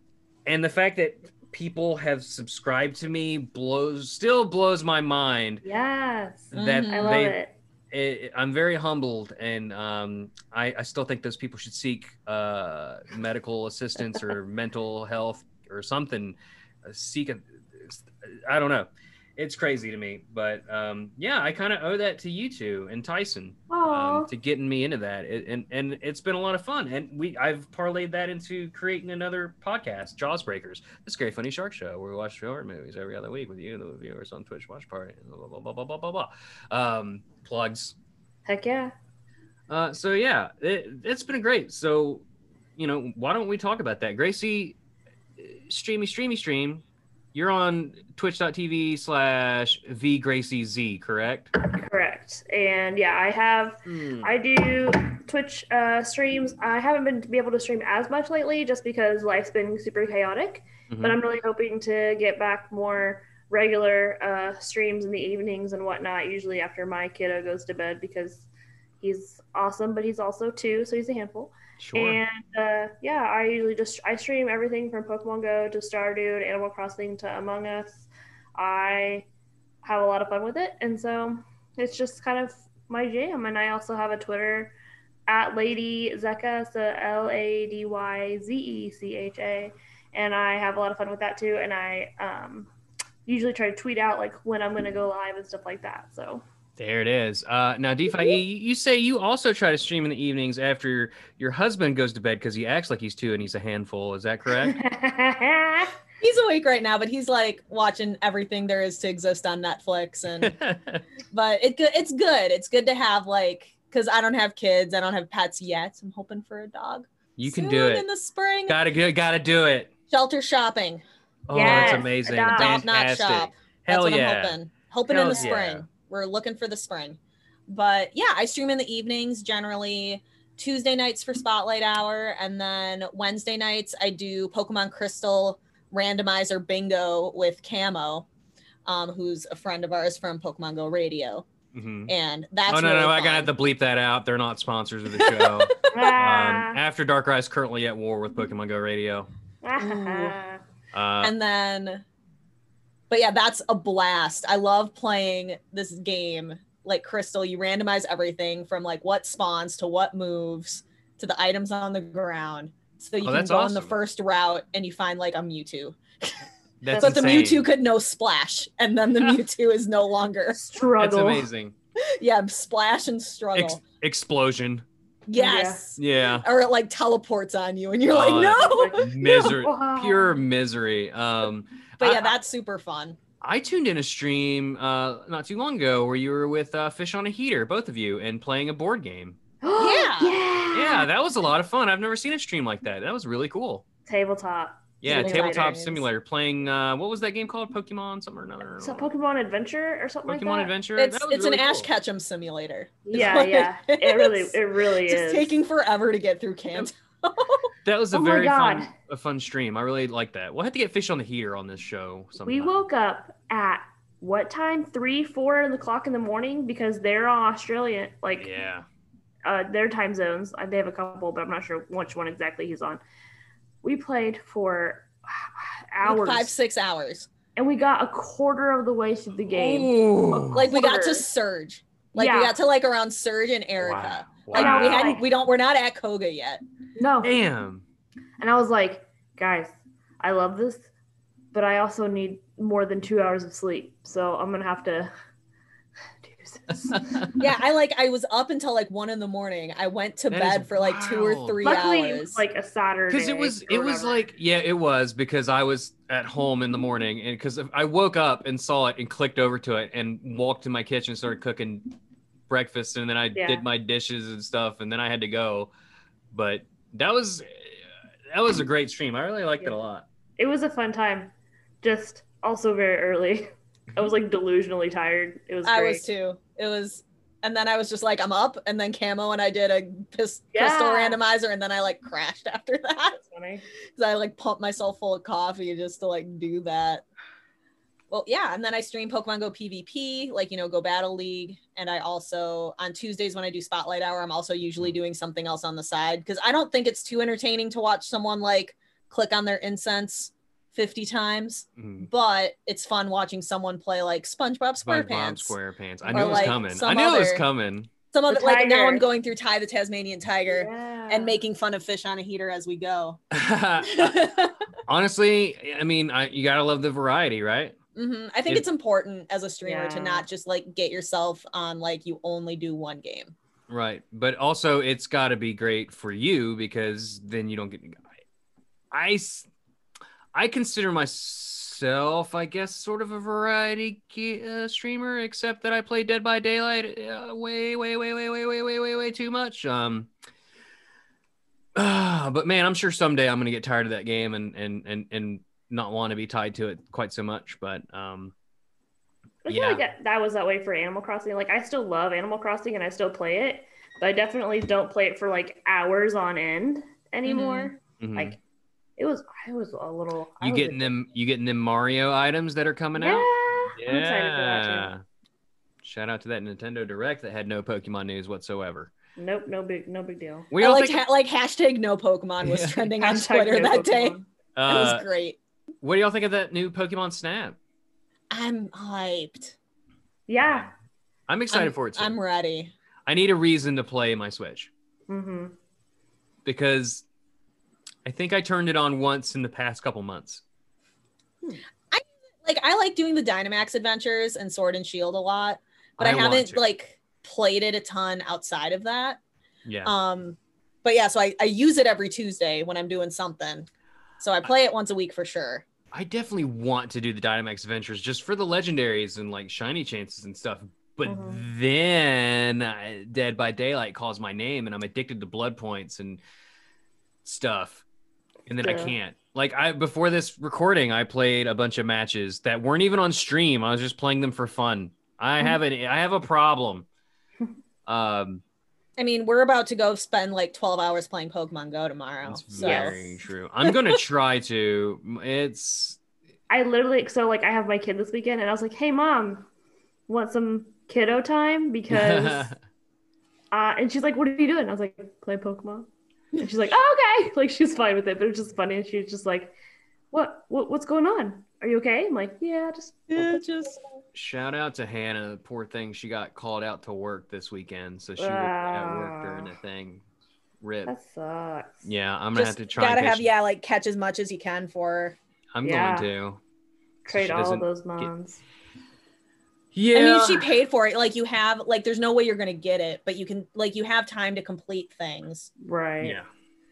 and the fact that people have subscribed to me blows still blows my mind Yes. that Mhm. Mm-hmm. I love they it. it, I'm very humbled, and um, I, I still think those people should seek uh, medical assistance or mental health or something. Uh, seek a, I don't know. It's crazy to me, but um, yeah, I kind of owe that to you two and Tyson Aw. um, to getting me into that, it, and and it's been a lot of fun. And we I've parlayed that into creating another podcast, Jaws Breakers, the Scary Funny Shark Show, where we watch short movies every other week with you and the viewers on Twitch Watch Party. and Blah blah blah blah blah blah blah. Um, plugs. Heck yeah. Uh, so yeah, it, it's been great. So, you know, why don't we talk about that, Gracie? uh, Streamy, streamy, stream. You're on twitch.tv slash vgraciez, correct? Correct. And yeah, I have I do Twitch uh, streams. I haven't been be able to stream as much lately just because life's been super chaotic. But Mhm. I'm really hoping to get back more regular uh, streams in the evenings and whatnot. Usually after my kiddo goes to bed because he's awesome, but he's also two, so he's a handful. Sure. And uh, yeah, I usually just I stream everything from Pokemon Go to Stardew to Animal Crossing to Among Us. I have a lot of fun with it, and so it's just kind of my jam. And I also have a Twitter at Lady Zecca, so L A D Y Z E C H A, and I have a lot of fun with that too. And I um, usually try to tweet out like when I'm gonna go live and stuff like that. So There it is. Uh, now, DeFi, you, you say you also try to stream in the evenings after your husband goes to bed because he acts like he's two and he's a handful. Is that correct? He's awake right now, but he's like watching everything there is to exist on Netflix. And but it go- it's good. It's good to have like because I don't have kids. I don't have pets yet. So I'm hoping for a dog. you can soon do in it. the spring. Gotta go. Gotta do it. Shelter shopping. Oh, Yes, that's amazing. adopt. Adopt, not Fantastic. shop. Hell That's what yeah. I'm hoping. Hoping Hell in the spring. yeah. We're looking for the spring. But yeah, I stream in the evenings generally Tuesday nights for spotlight hour and then Wednesday nights I do Pokemon Crystal randomizer bingo with Camo. Um, who's a friend of ours from Pokemon Go Radio, Mhm. and that's oh no really no i fun. gotta have to bleep that out they're not sponsors of the show um, Ah. after dark rise currently at war with pokemon go radio uh, and then but yeah that's a blast i love playing this game like crystal you randomize everything from like what spawns to what moves to the items on the ground so you Oh, can that's go on the awesome. first route and you find like a mewtwo that's but the insane. mewtwo could no splash and then the mewtwo is no longer that's struggle. amazing yeah splash and struggle Ex- explosion yes yeah or it like teleports on you and you're like Oh, no misery Wow. pure misery um but I- yeah that's super fun I tuned in a stream uh not too long ago where you were with uh, fish on a heater both of you and playing a board game Yeah. yeah. yeah that was a lot of fun i've never seen a stream like that that was really cool Tabletop. yeah Simulator tabletop games. simulator playing uh what was that game called pokemon something or another So Pokemon Adventure or something pokemon like that. adventure it's That was it's an really ash cool. ketchum simulator is Yeah, what yeah. It really, is. it really just is. taking forever to get through Canton. That was a Oh my very God. fun, a fun stream. I really like that. We'll have to get fish on the heater on this show. Sometime. we woke up at what time? Three, four in the clock in the morning because they're on Australian, like Yeah. uh, their time zones. Uh, They have a couple, but I'm not sure which one exactly he's on. We played for hours, Like five, six hours. and we got a quarter of the way through the game. Like we got to Quarter. Surge. Like we Yeah. got to like around Surge and Erica. Like Wow. we hadn't we don't we're not at Koga yet. Oh. No, Damn. And I was like, guys, I love this, but I also need more than two hours of sleep. So I'm going to have to do this. Yeah, I like I was up until like one in the morning. I went to That bed is for like two or wild. three Luckily, it hours. was like a Saturday. Because it was, or it was whatever. like, yeah, it was because I was at home in the morning and because I woke up and saw it and clicked over to it and walked to my kitchen, started cooking breakfast, and then I Yeah. did my dishes and stuff, and then I had to go. But that was, that was a great stream. I really liked it Yeah. a lot. it was a fun time, just also very early. I was like delusionally tired. It was I great. was too. It was and then I was just like, I'm up, and then Camo and I did a pis- Yeah. pistol randomizer, and then I like crashed after that That's funny. because I like pumped myself full of coffee just to like do that. Well, yeah, and then I stream Pokemon Go PvP, like you know, Go Battle League, and I also on Tuesdays when I do Spotlight Hour, I'm also usually doing something else on the side because I don't think it's too entertaining to watch someone like click on their incense 50 times, Mhm. but it's fun watching someone play like SpongeBob SpongeBob SquarePants. SquarePants. I Or knew it was like coming. I some knew it was other- coming. Some of The it, like now tiger. I'm going through Ty the Tasmanian Tiger and making fun of fish on a heater as we go. Honestly, I mean, I, you gotta love the variety, right? hmm I think It- it's important as a streamer to Yeah. not just like get yourself on like you only do one game. Right. But also, it's got to be great for you because then you don't get. I, s- I consider myself, I guess, sort of a variety ge- uh, streamer, except that I play Dead by Daylight uh, way, way, way, way, way, way, way, way, way too much. Um, ah, but man, I'm sure someday I'm gonna get tired of that game and and and and not want to be tied to it quite so much. But um, I feel Yeah. like that, that was that way for Animal Crossing. Like I still love Animal Crossing and I still play it, but I definitely don't play it for like hours on end Mm-hmm. anymore. mhm. Like it was I was a little I you was getting addicted. them, you getting them Mario items that are coming Yeah. out. I'm excited for that Yeah. Shout out to that Nintendo Direct that had no Pokemon news whatsoever. too. Nope, no big no big deal. We I all liked think, ha- like hashtag no Pokemon was Yeah. trending on Hashtag Twitter no that day. Pokemon. That uh, was great. what do y'all think of that new Pokemon Snap? I'm hyped. Yeah. I'm excited for it. Too. I'm ready. I need a reason to play my Switch Mm-hmm. because I think I turned it on once in the past couple months. Like I like doing the Dynamax adventures and Sword and Shield a lot, but I, I want haven't to. like played it a ton outside of that. Yeah. Um but yeah, so I, I use it every Tuesday when I'm doing something. So I play it once a week for sure. I definitely want to do the Dynamax Adventures just for the legendaries and like shiny chances and stuff. But Mhm. then uh, Dead by Daylight calls my name and I'm addicted to blood points and stuff. And then I Yeah. can't. Like I before this recording, I played a bunch of matches that weren't even on stream. I was just playing them for fun. I Mhm. have an I have a problem. Um I mean, we're about to go spend like 12 hours playing Pokemon Go tomorrow. that's So very true. I'm gonna try to. It's I literally so like I have my kid this weekend and I was like, hey mom, want some kiddo time? Because uh, and she's like, What are you doing? I was like, play Pokemon. And she's like, Oh, okay. Like she's fine with it, but it was just funny. And she was just like, What what what's going on? Are you okay? I'm like, Yeah, just yeah, just Shout out to Hannah. Poor thing, she got called out to work this weekend, so she was at work during the Ah. thing. Rip. that sucks. yeah, I'm gonna just have to try. and gotta catch- have yeah, like catch as much as you can for. I'm Yeah. going to. Trade she all doesn't those mons. Yeah. I mean, she paid for it. Like you have like there's no way you're gonna get it, but you can like you have time to complete things, Right. yeah.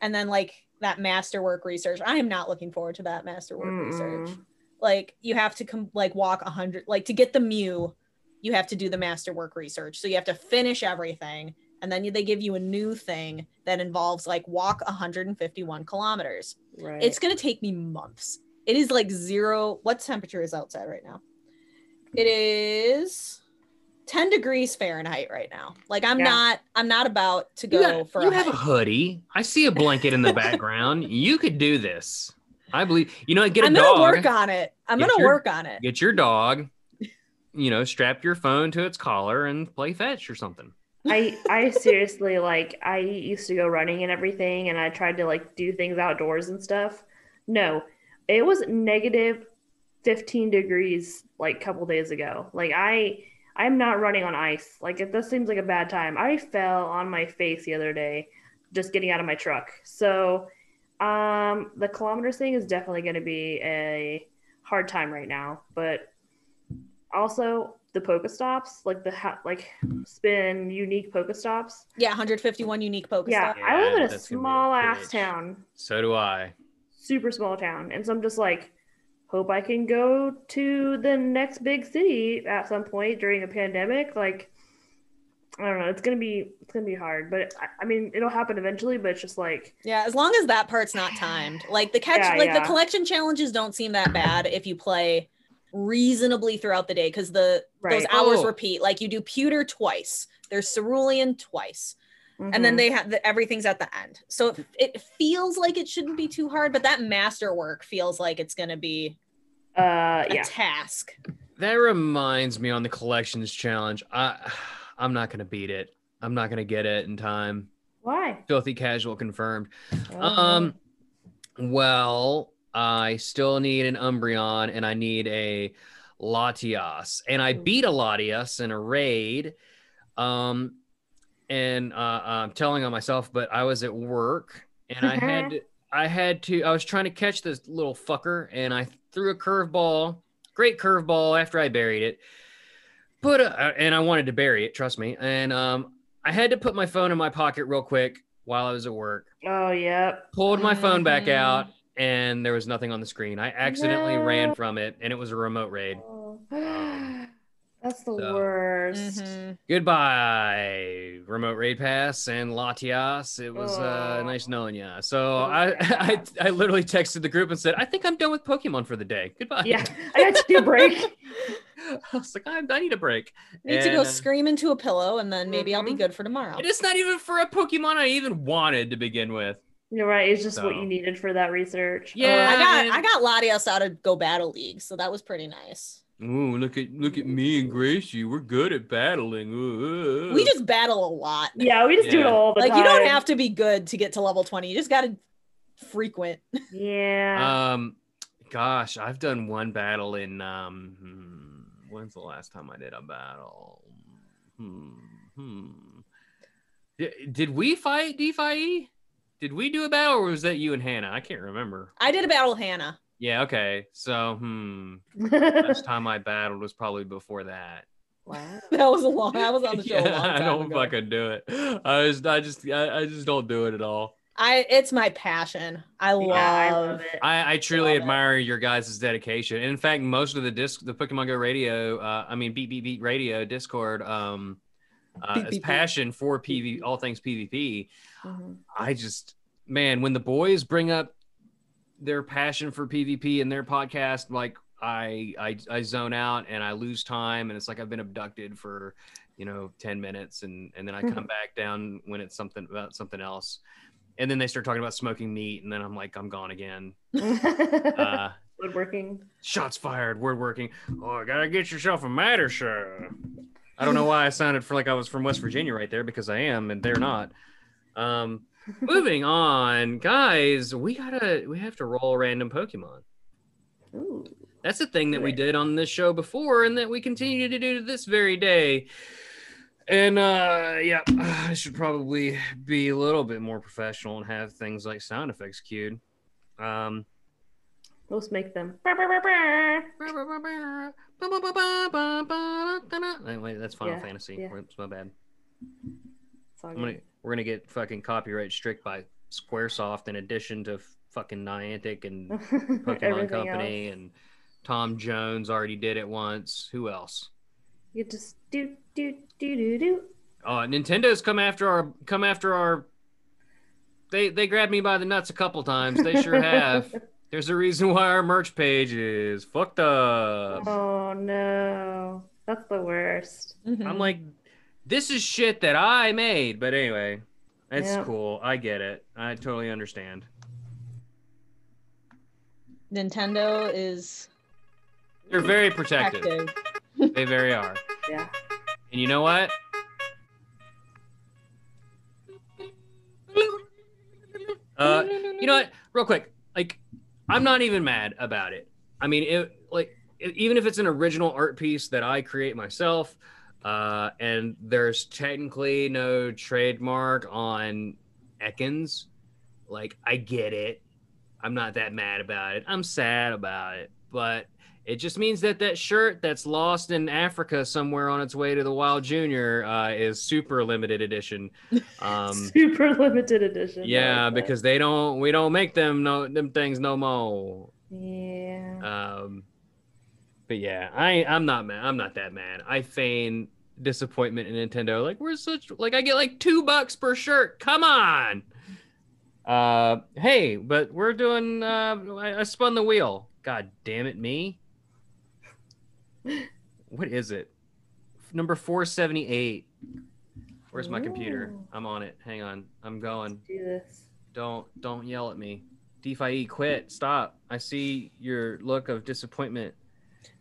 and then like that masterwork research. I am not looking forward to that masterwork Mm-mm. research. Like you have to come like walk a hundred like to get the Mew, you have to do the masterwork research. So you have to finish everything, and then they give you a new thing that involves like walk 151 kilometers. Right. It's gonna take me months. It is like zero. What temperature is outside right now? It is 10 degrees Fahrenheit right now. Like I'm Yeah. not I'm not about to go you got- for you a have a hike. hoodie. I see a blanket in the background. You could do this. I believe. You know, get a I'm dog. gonna work on it. I'm Get gonna your- work on it. get your dog. You know, strap your phone to its collar and play fetch or something. I I seriously like I used to go running and everything and I tried to like do things outdoors and stuff. No. It was negative 15 degrees like a couple days ago. Like I I'm not running on ice. Like it this seems like a bad time. I fell on my face the other day just getting out of my truck. So um the kilometers thing is definitely going to be a hard time right now, but also the Pokestops, like the ha- like spin unique Pokestops. Yeah, 151 unique Pokestops. Yeah, Stop. I live in Yeah, a that's gonna be a small ass bitch. town, So do I. super small town, and so I'm just like, hope I can go to the next big city at some point during a pandemic. Like, I don't know, it's gonna be it's gonna be hard, but I, I mean, it'll happen eventually. But it's just like, Yeah, as long as that part's not timed. Like the catch, Yeah, like the yeah. collection challenges don't seem that bad if you play reasonably throughout the day because the those Right. hours Oh. repeat. Like you do pewter twice, there's cerulean twice, and mhm. then they have the, everything's at the end. So it, it feels like it shouldn't be too hard, but that masterwork feels like it's gonna be Uh, a yeah. task. That reminds me on the collections challenge. I I'm not gonna beat it. I'm not gonna get it in time. Why? Filthy casual confirmed. Uh, Um well, I still need an Umbreon and I need a Latias. And I beat a Latias in a raid. Um and uh, I'm telling on myself, but I was at work and I had I had to I was trying to catch this little fucker and I threw a curveball, great curveball after I buried it. Put a, uh, and I wanted to bury it, trust me. And um I had to put my phone in my pocket real quick while I was at work oh, yep. pulled my phone back Mhm. out and there was nothing on the screen. I accidentally No. ran from it and it was a remote raid. Oh. That's the So. worst. Mhm. Goodbye, remote raid pass and Latias. It was uh, Oh. nice knowing ya. So Oh, I, I yeah. I literally texted the group and said, I think I'm done with Pokemon for the day. Goodbye. Yeah, I got to do a break. I was like, I, I need a break. Need to go And, Mm-hmm. uh, scream into a pillow, and then maybe I'll be Mhm. good for tomorrow. And it's not even for a Pokemon I even wanted to begin with. You're right. It's just what So. you needed for that research. Yeah. I got and- I got Latias out of Go Battle League, so that was pretty nice. Ooh, look at look at me and Gracie. We're good at battling. Ooh, ooh, We ooh. just battle a lot. Oh. yeah, we just do it Yeah. all the like time. you don't have to be good to get to level 20. You just got to frequent. Yeah. Um, gosh, I've done one battle in um. hmm, When's the last time I did a battle? Hmm. hmm. Di- Did we fight DFIE? Did we do a battle, or was that you and Hannah? I can't remember. I did a battle Hannah. Yeah. Okay. So, hmm. Last time I battled was probably before that. Wow. That was a long I was on the show a long time I don't ago. fucking do it. I was. I just. I, I just don't do it at all. I it's my passion. I love, yeah, I love it. I, I truly Love it. admire your guys' dedication. And in fact, most of the disc, the Pokemon Go radio, uh, I mean, beat beat beat radio Discord, um, uh, Beep, is beep, beep. passion for PV, all things PvP. Mhm. I just, man, when the boys bring up their passion for PvP in their podcast, like I, I, I zone out and I lose time, and it's like I've been abducted for, you know, ten minutes, and and then I come back down when it's something about something else, and then they start talking about smoking meat, and then I'm like, I'm gone again. Uh, Mm-hmm. Woodworking. shots fired, word working. Oh, gotta get yourself a matter, sir. I don't know why I sounded for like I was from West Virginia right there because I am and they're not. Um, moving on, guys, we gotta we have to roll random Pokemon. Ooh. That's a thing that we did on this show before and that we continue to do to this very day. And uh yeah, I should probably be a little bit more professional and have things like sound effects cued. Um Let's make them. Brr, brr, brr, brr. Wait, wait, that's Final Yeah, Fantasy. yeah. It's my bad. It's all I'm gonna, good. we're gonna get fucking copyright strict by SquareSoft in addition to fucking Niantic and Pokemon Everything Company else. and Tom Jones already did it once. Who else? You just do do do do do. Oh, Nintendo's come after our come after our. They they grabbed me by the nuts a couple times. They sure have. There's a reason why our merch page is fucked up. Oh no, that's the worst. Mhm. I'm like, this is shit that I made. But anyway, it's Yeah. cool. I get it. I totally understand. Nintendo is They're very protective. active. They very are. Yeah. And you know what? Uh, you know what? Real quick, like, I'm not even mad about it. I mean, it like it- even if it's an original art piece that I create myself, uh, and there's technically no trademark on Ekans, like, I get it. I'm not that mad about it. I'm sad about it, but it just means that that shirt that's lost in Africa somewhere on its way to the Wild Junior uh, is super limited edition. Um, Super limited edition. I yeah, like that. because they don't we don't make them no them things no more. yeah. Um, but yeah, I I'm not mad. I'm not that mad. I feign disappointment in Nintendo. Like we're such like I get like two bucks per shirt. Come on. Uh, hey, but we're doing. Uh, I, I spun the wheel. God damn it, me. What is it? Number four seventy eight. Where's my computer? Ooh. I'm on it. Hang on. I'm going. Do this. Don't don't yell at me. DeFi, quit, stop. I see your look of disappointment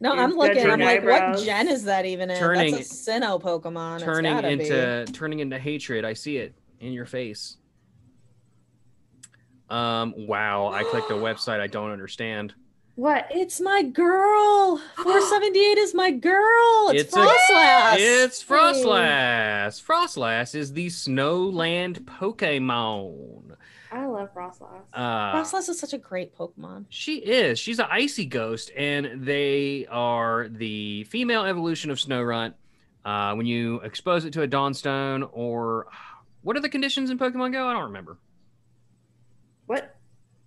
No, You've I'm got looking. your I'm like, what eyebrows gen is that even in? turning- That's a Sinnoh Pokemon. It's turning gotta be. into turning into hatred. I see it in your face. Um wow, I clicked a website I don't understand. What? It's my girl. 478 is my girl. It's, It's a- Frostlass. It's Frostlass. Frostlass is the Snowland Pokemon. I love Frostlass. Uh, Frostlass is such a great Pokemon. She is. She's an icy ghost, and they are the female evolution of Snow Runt. Uh, when you expose it to a Dawnstone, or what are the conditions in Pokemon Go? I don't remember. what?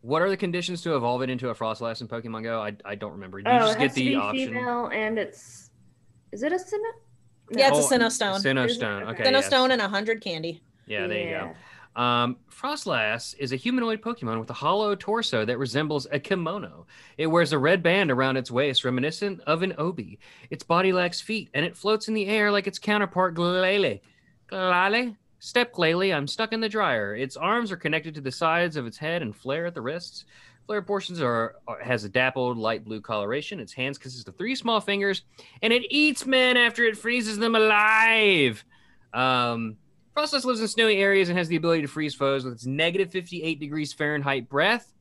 What are the conditions to evolve it into a Frostlass in Pokemon Go? I, I don't remember. You oh, just it get has to the be option. female, and it's. Is it a Sinnoh? Yeah, it's Oh, a Sinnoh Stone. Sinnoh Is it? Stone. Okay. Okay. Sinnoh yes. Stone and 100 candy. Yeah, there you go. Um, Frostlass is a humanoid Pokemon with a hollow torso that resembles a kimono. It wears a red band around its waist, reminiscent of an obi. Its body lacks feet, and it floats in the air like its counterpart Glalie. Glalie? Step Glalie, I'm stuck in the dryer. Its arms are connected to the sides of its head and flare at the wrists. Flare portions are, are has a dappled light blue coloration. Its hands consist of three small fingers, and it eats men after it freezes them alive. Um, Frostlass lives in snowy areas and has the ability to freeze foes with its negative 58 degrees Fahrenheit breath.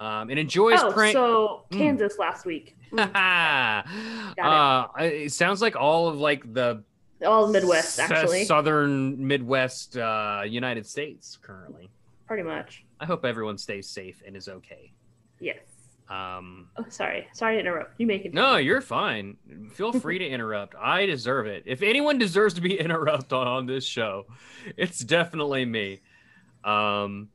Um, it enjoys Oh, praying. so Mm. Kansas last week. uh, Got I- it sounds like all of like the All Midwest, s- actually. southern Midwest uh, United States currently. Pretty much. I hope everyone stays safe and is okay. Yes. Um, Oh, sorry. Sorry to interrupt. You make it. no, you're fine. Feel free to interrupt. I deserve it. If anyone deserves to be interrupted on, on this show, it's definitely me. Um,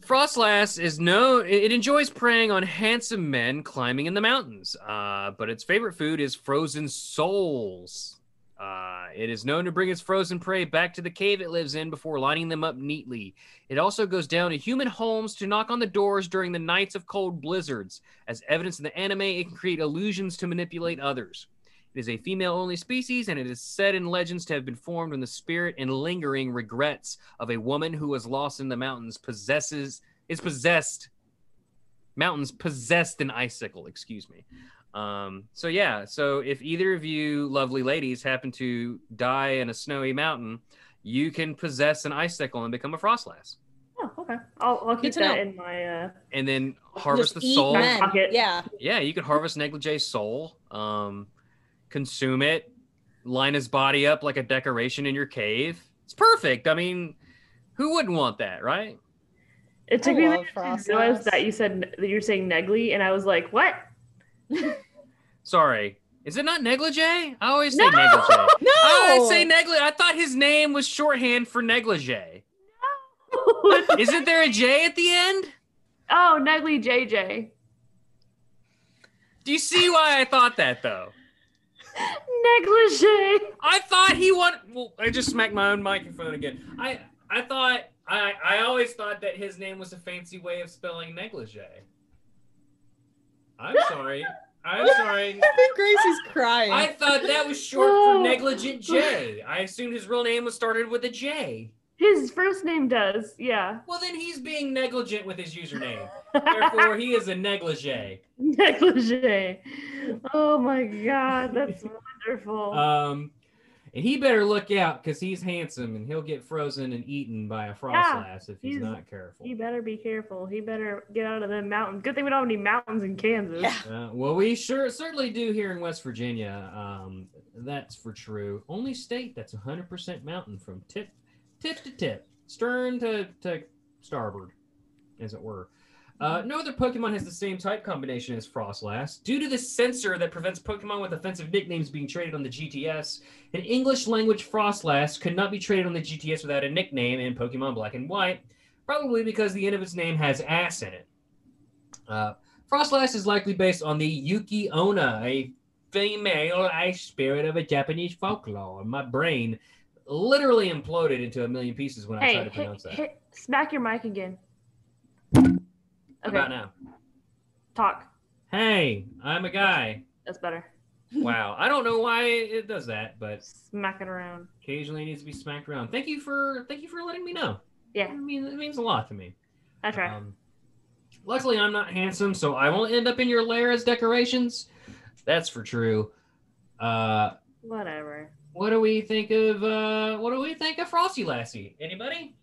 Frostlass is known. It it enjoys preying on handsome men climbing in the mountains, uh, but its favorite food is frozen souls. Uh, it is known to bring its frozen prey back to the cave it lives in before lining them up neatly. It also goes down to human homes to knock on the doors during the nights of cold blizzards. As evidence in the anime, it can create illusions to manipulate others. It is a female only species, and it is said in legends to have been formed when the spirit and lingering regrets of a woman who was lost in the mountains possesses is possessed mountains possessed an icicle excuse me um so yeah so if either of you lovely ladies happen to die in a snowy mountain you can possess an icicle and become a frostlass Oh, okay. I'll, I'll keep to that know. in my. Uh, and then harvest Just the eat soul men. Back pocket. Yeah. yeah you can harvest negligee's soul um consume it line his body up like a decoration in your cave it's perfect i mean who wouldn't want that right it took I me a love minute to realize Frostlass. that you said that you're saying Negli, and I was like, what? Sorry. Is it not negligee? I always say No! negligee. No. I always say negligee. I thought his name was shorthand for negligee. Isn't there a J at the end? oh, Negli JJ. Do you see why I thought that though? Negligee. I thought he wanted. Well, I just smacked my own microphone again. I I thought I I always thought that his name was a fancy way of spelling negligee. I'm sorry. I'm sorry. I think Gracie's crying. I thought that was short for negligent J. I assumed his real name was started with a J. His first name does. Yeah. Well, then he's being negligent with his username. Therefore, he is a negligee. Negligee. Oh my God, that's wonderful. Um, and he better look out because he's handsome and he'll get frozen and eaten by a frostlass if he's, he's- not careful. he better be careful. He better get out of the mountains. Good thing we don't have any mountains in Kansas. Yeah. Uh, well, we sure certainly do here in West Virginia. Um, that's for true. Only state that's 100% mountain from tip tip to tip, stern to, to starboard, as it were. Uh, no other Pokemon has the same type combination as Frostlass. Due to the censor that prevents Pokemon with offensive nicknames being traded on the GTS, an English language Frostlass could not be traded on the GTS without a nickname in Pokemon Black and White, probably because the end of its name has ass in it. Uh, Frostlass is likely based on the Yuki Onna, a female ice spirit of a Japanese folklore. My brain literally imploded into a million pieces when I tried Hey, to hit, pronounce that. hit, smack your mic again. How Okay, About now. talk. Hey, I'm a guy. That's better. Wow. I don't know why it does that, but Smack it around. occasionally it needs to be smacked around. Thank you for thank you for letting me know. Yeah. I mean, it means a lot to me. I try. Um, Luckily, I'm not handsome, so I won't end up in your lair as decorations. That's for true. Uh, Whatever. what do we think of uh, what do we think of Frosty Lassie? Anybody?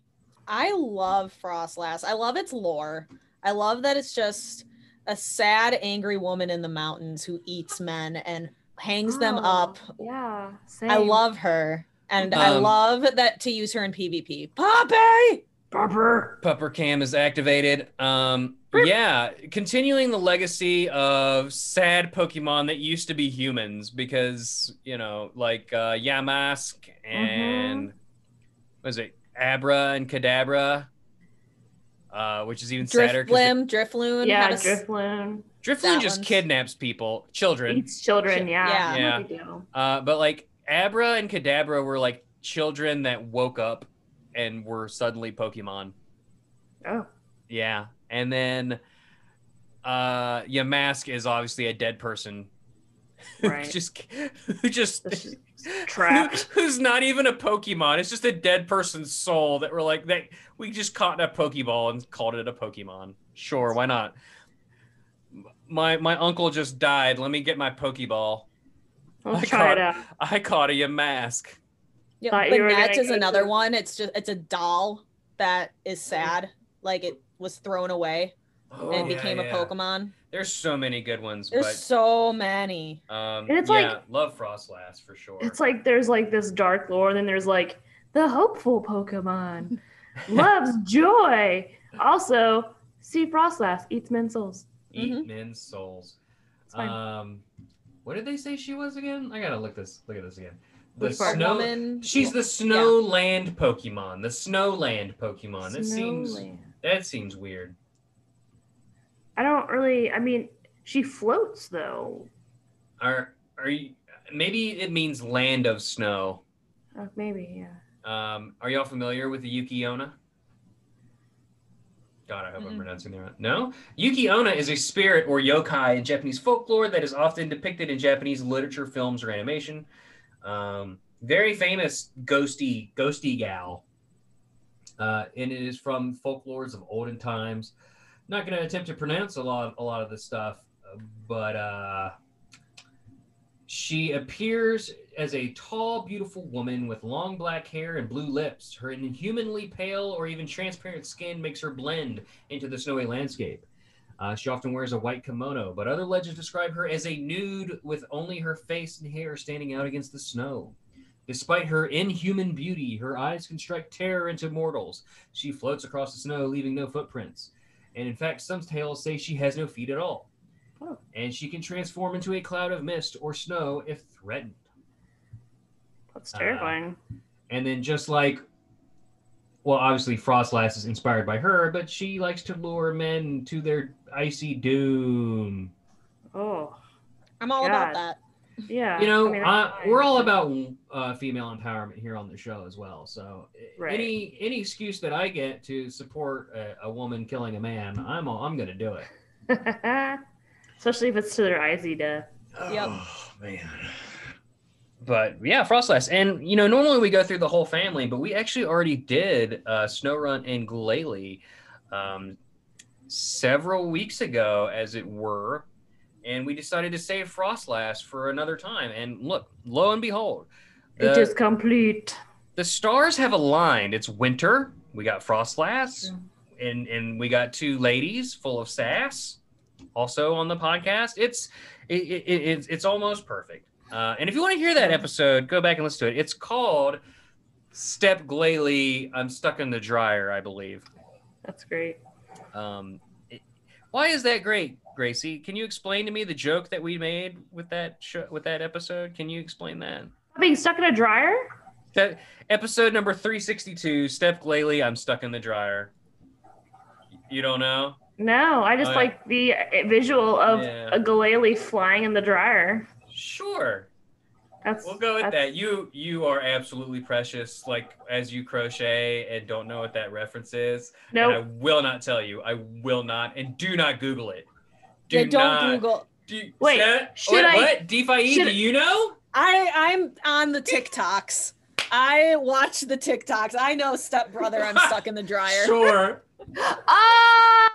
I love Frostlass. I love its lore. I love that it's just a sad, angry woman in the mountains who eats men and hangs them Oh, up. Yeah. Same. I love her. And I Um, love that to use her in PvP. Poppy! Barber. Pupper Cam is activated. Um, yeah, continuing the legacy of sad Pokemon that used to be humans because, you know, like uh, Yamask and what is it, Abra and Kadabra, uh, which is even sadder. 'cause Driftlim, Driftloon. Yeah, had a s- Drifloon. Drifloon That just one's- kidnaps people, children. It's children. Ch- Yeah. yeah. What do you do? Uh, but like Abra and Kadabra were like children that woke up and were suddenly Pokemon. Oh. Yeah. And then uh Yamask is obviously a dead person. who Right. just who just This is who- trapped. who's not even a Pokemon. It's just a dead person's soul that we're like that we just caught in a Pokeball and called it a Pokemon. Sure, why not? My my uncle just died. Let me get my Pokeball. I'll I try caught- it out. I caught a Yamask. Yeah, Thought you were Banette gonna is go another to- one. It's just it's a doll that is sad. Like it was thrown away Oh, and it became a Pokemon. There's so many good ones, There's so many. but um, And it's yeah, like- love Frostlass for sure. It's like there's like this dark lore, then there's like the hopeful Pokemon loves joy. Also, see Frostlass eats men's souls. eat Mhm. men's souls. It's fine. Um, what did they say she was again? I gotta look this. Look at this again. The Which part? snow. woman. She's the snow land Pokemon. The snow land Pokemon. That seems Snowland. that seems weird. I don't really. I mean, she floats though. Are are you? Maybe it means land of snow. Uh, maybe yeah. Um, are y'all familiar with the Yukiona? God, I hope Mhm. I'm pronouncing that right. No? Yukiona is a spirit or yokai in Japanese folklore that is often depicted in Japanese literature, films, or animation. Um, very famous ghosty, ghosty gal. Uh, and it is from folklores of olden times. Not going to attempt to pronounce a lot, a lot of this stuff, but uh, she appears as a tall, beautiful woman with long black hair and blue lips. Her inhumanly pale or even transparent skin makes her blend into the snowy landscape. Uh, she often wears a white kimono, but other legends describe her as a nude with only her face and hair standing out against the snow. Despite her inhuman beauty, her eyes can strike terror into mortals. She floats across the snow, leaving no footprints. And in fact, some tales say she has no feet at all. Oh. And she can transform into a cloud of mist or snow if threatened. That's Uh, terrifying. And then just like, well, obviously Frostlass is inspired by her, but she likes to lure men to their icy doom. oh I'm all about that. yeah. You know, I mean, uh, that's fine. we're all about uh, female empowerment here on the show as well. So Right. any any excuse that I get to support a, a woman killing a man, I'm all, I'm gonna do it. Especially if it's to their icy death. Yep. Oh man. But yeah, Frostlass, and you know, normally we go through the whole family, but we actually already did uh, Snowrun and Glalie um, several weeks ago, as it were, and we decided to save Frostlass for another time. And look, lo and behold, the, it is complete. the stars have aligned. It's winter. We got Frostlass, and and we got two ladies full of sass, also on the podcast. It's it, it, it, it's- it's almost perfect. Uh, and if you want to hear that episode, go back and listen to it. It's called "Step Glalie." I'm stuck in the dryer, I believe. That's great. Um, it, why is that great, Gracie? Can you explain to me the joke that we made with that show, with that episode? Can you explain that? Being stuck in a dryer. That episode number 362, Steph Glalie, I'm stuck in the dryer. You don't know? No, I just Oh, yeah. like the uh, visual of Yeah. a galele flying in the dryer. Sure. That's We'll go with that's- that. You you are absolutely precious, like as you crochet and don't know what that reference is. No, And I will not tell you. I will not. And do not Google it. Do yeah, don't not. Google. Do, Wait, Sa- wait, should I- What? DeFi, should- do you know? I I'm on the TikToks. I watch the TikToks. Oh, I know stepbrother. I'm stuck in the dryer. Sure. Ah!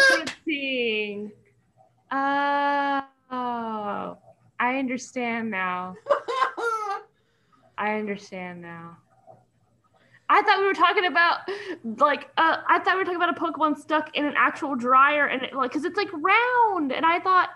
referencing? Uh, oh, I understand now. I understand now. I thought we were talking about like uh, I thought we were talking about a Pokemon stuck in an actual dryer and it, like because it's like round and I thought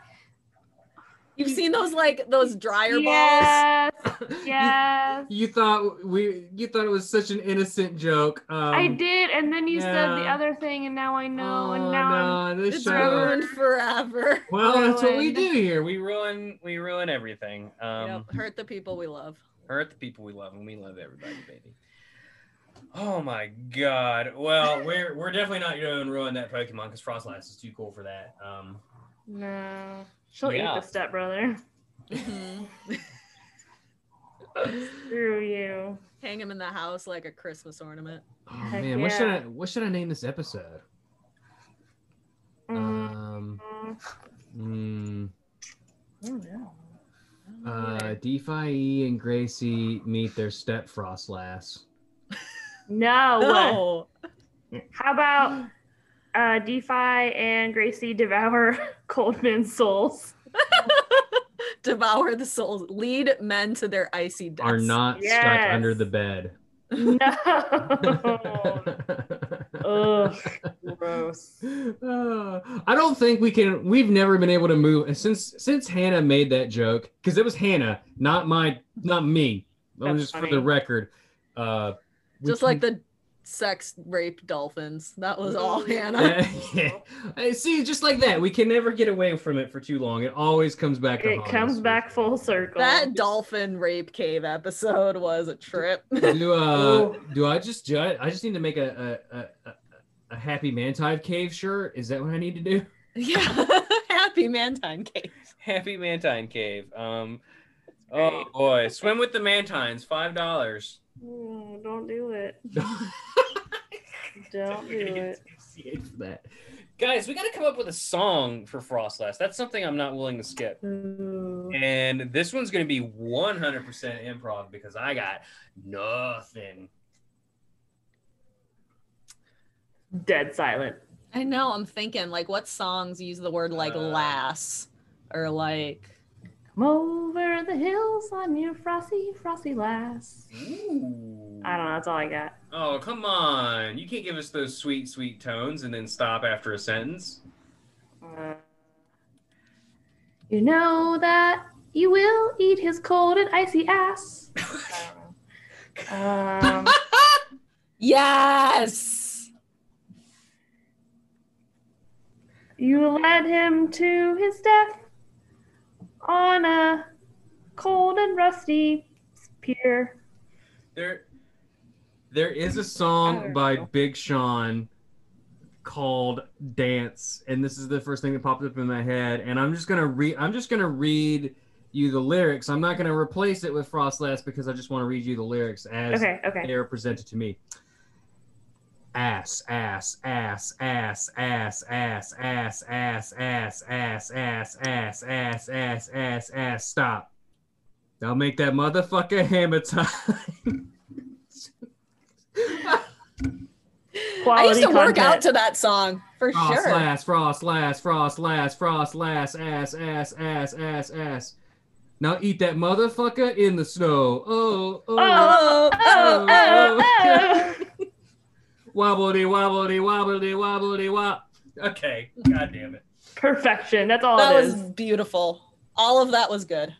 You've seen those like those dryer balls. yes You- yes You thought we you thought it was such an innocent joke. Um, I did and then you said the yeah. other thing and now I know and oh, now I'm no, this It's show. ruined forever. Well, that's what we ruined. do here. We ruin we ruin everything. Um, Yep, hurt the people we love. hurt the people we love and we love everybody baby oh my god well we're we're definitely not going to ruin that pokemon because frostlass is too cool for that um no she'll Yeah. eat the stepbrother Mhm. through you Hang him in the house like a Christmas ornament. oh Heck man what should i yeah. what should i name this episode Mm, um mm, mm, I don't know. I don't know uh either. defi and gracie meet their step frostlass no no. How about uh, DeFi and Gracie devour Coldman's souls? Devour the souls. Lead men to their icy deaths. are not stuck Yes. under the bed No. Ugh, gross. Uh, I don't think we can. We've never been able to move and since since Hannah made that joke because it was Hannah, not my, not me. I'm That's just for funny. the record. Uh, we Just like the sex rape dolphins. That was all Hannah. can- yeah. I See, just like that, we can never get away from it for too long. It always comes back. To It haunt comes us. back full circle. That dolphin rape cave episode was a trip. Do uh, do I just judge? I just need to make a a, a, a- a happy man type cave shirt. Is that what I need to do? yeah. Happy man time cave. Happy Mantine Cave. Um, great. oh boy, swim with the Mantines. Five dollars. Mm, don't do it. Don't do it. Appreciate for that. Guys, we got to come up with a song for Frostlass. That's something I'm not willing to skip. Ooh. And this one's going to be 100% improv because I got nothing. Dead silent. I know. I'm thinking like what songs use the word like Uh, lass or like Come over the hills on your frosty, frosty lass. Ooh. I don't know. That's all I got. Oh, come on. You can't give us those sweet, sweet tones and then stop after a sentence. Uh, you know that you will eat his cold and icy ass. I don't know. um, yes. you led him to his death on a cold and rusty pier. There, there is a song don't by know. Big Sean called "Dance," and this is the first thing that popped up in my head. And I'm just gonna read. I'm just gonna read you the lyrics. I'm not gonna replace it with Frostlass because I just want to read you the lyrics as Okay, okay. they are presented to me. Ass, ass, ass, ass, ass, ass, ass, ass, ass, ass, ass, ass, ass, ass, ass, ass. Stop. I'll make that motherfucker hammer time. I used Quality to work out content. to that song for Frost, sure. lass, frost, lass, frost, lass, frost, lass, ass, ass, ass, ass, ass. Now eat that motherfucker in the snow. Oh, oh. Oh, oh, oh. Oh, Wobbledy, wobbledy, wobbledy, wobbledy, wop. Okay. God damn it. perfection. That's all That it was is. beautiful. All of that was good.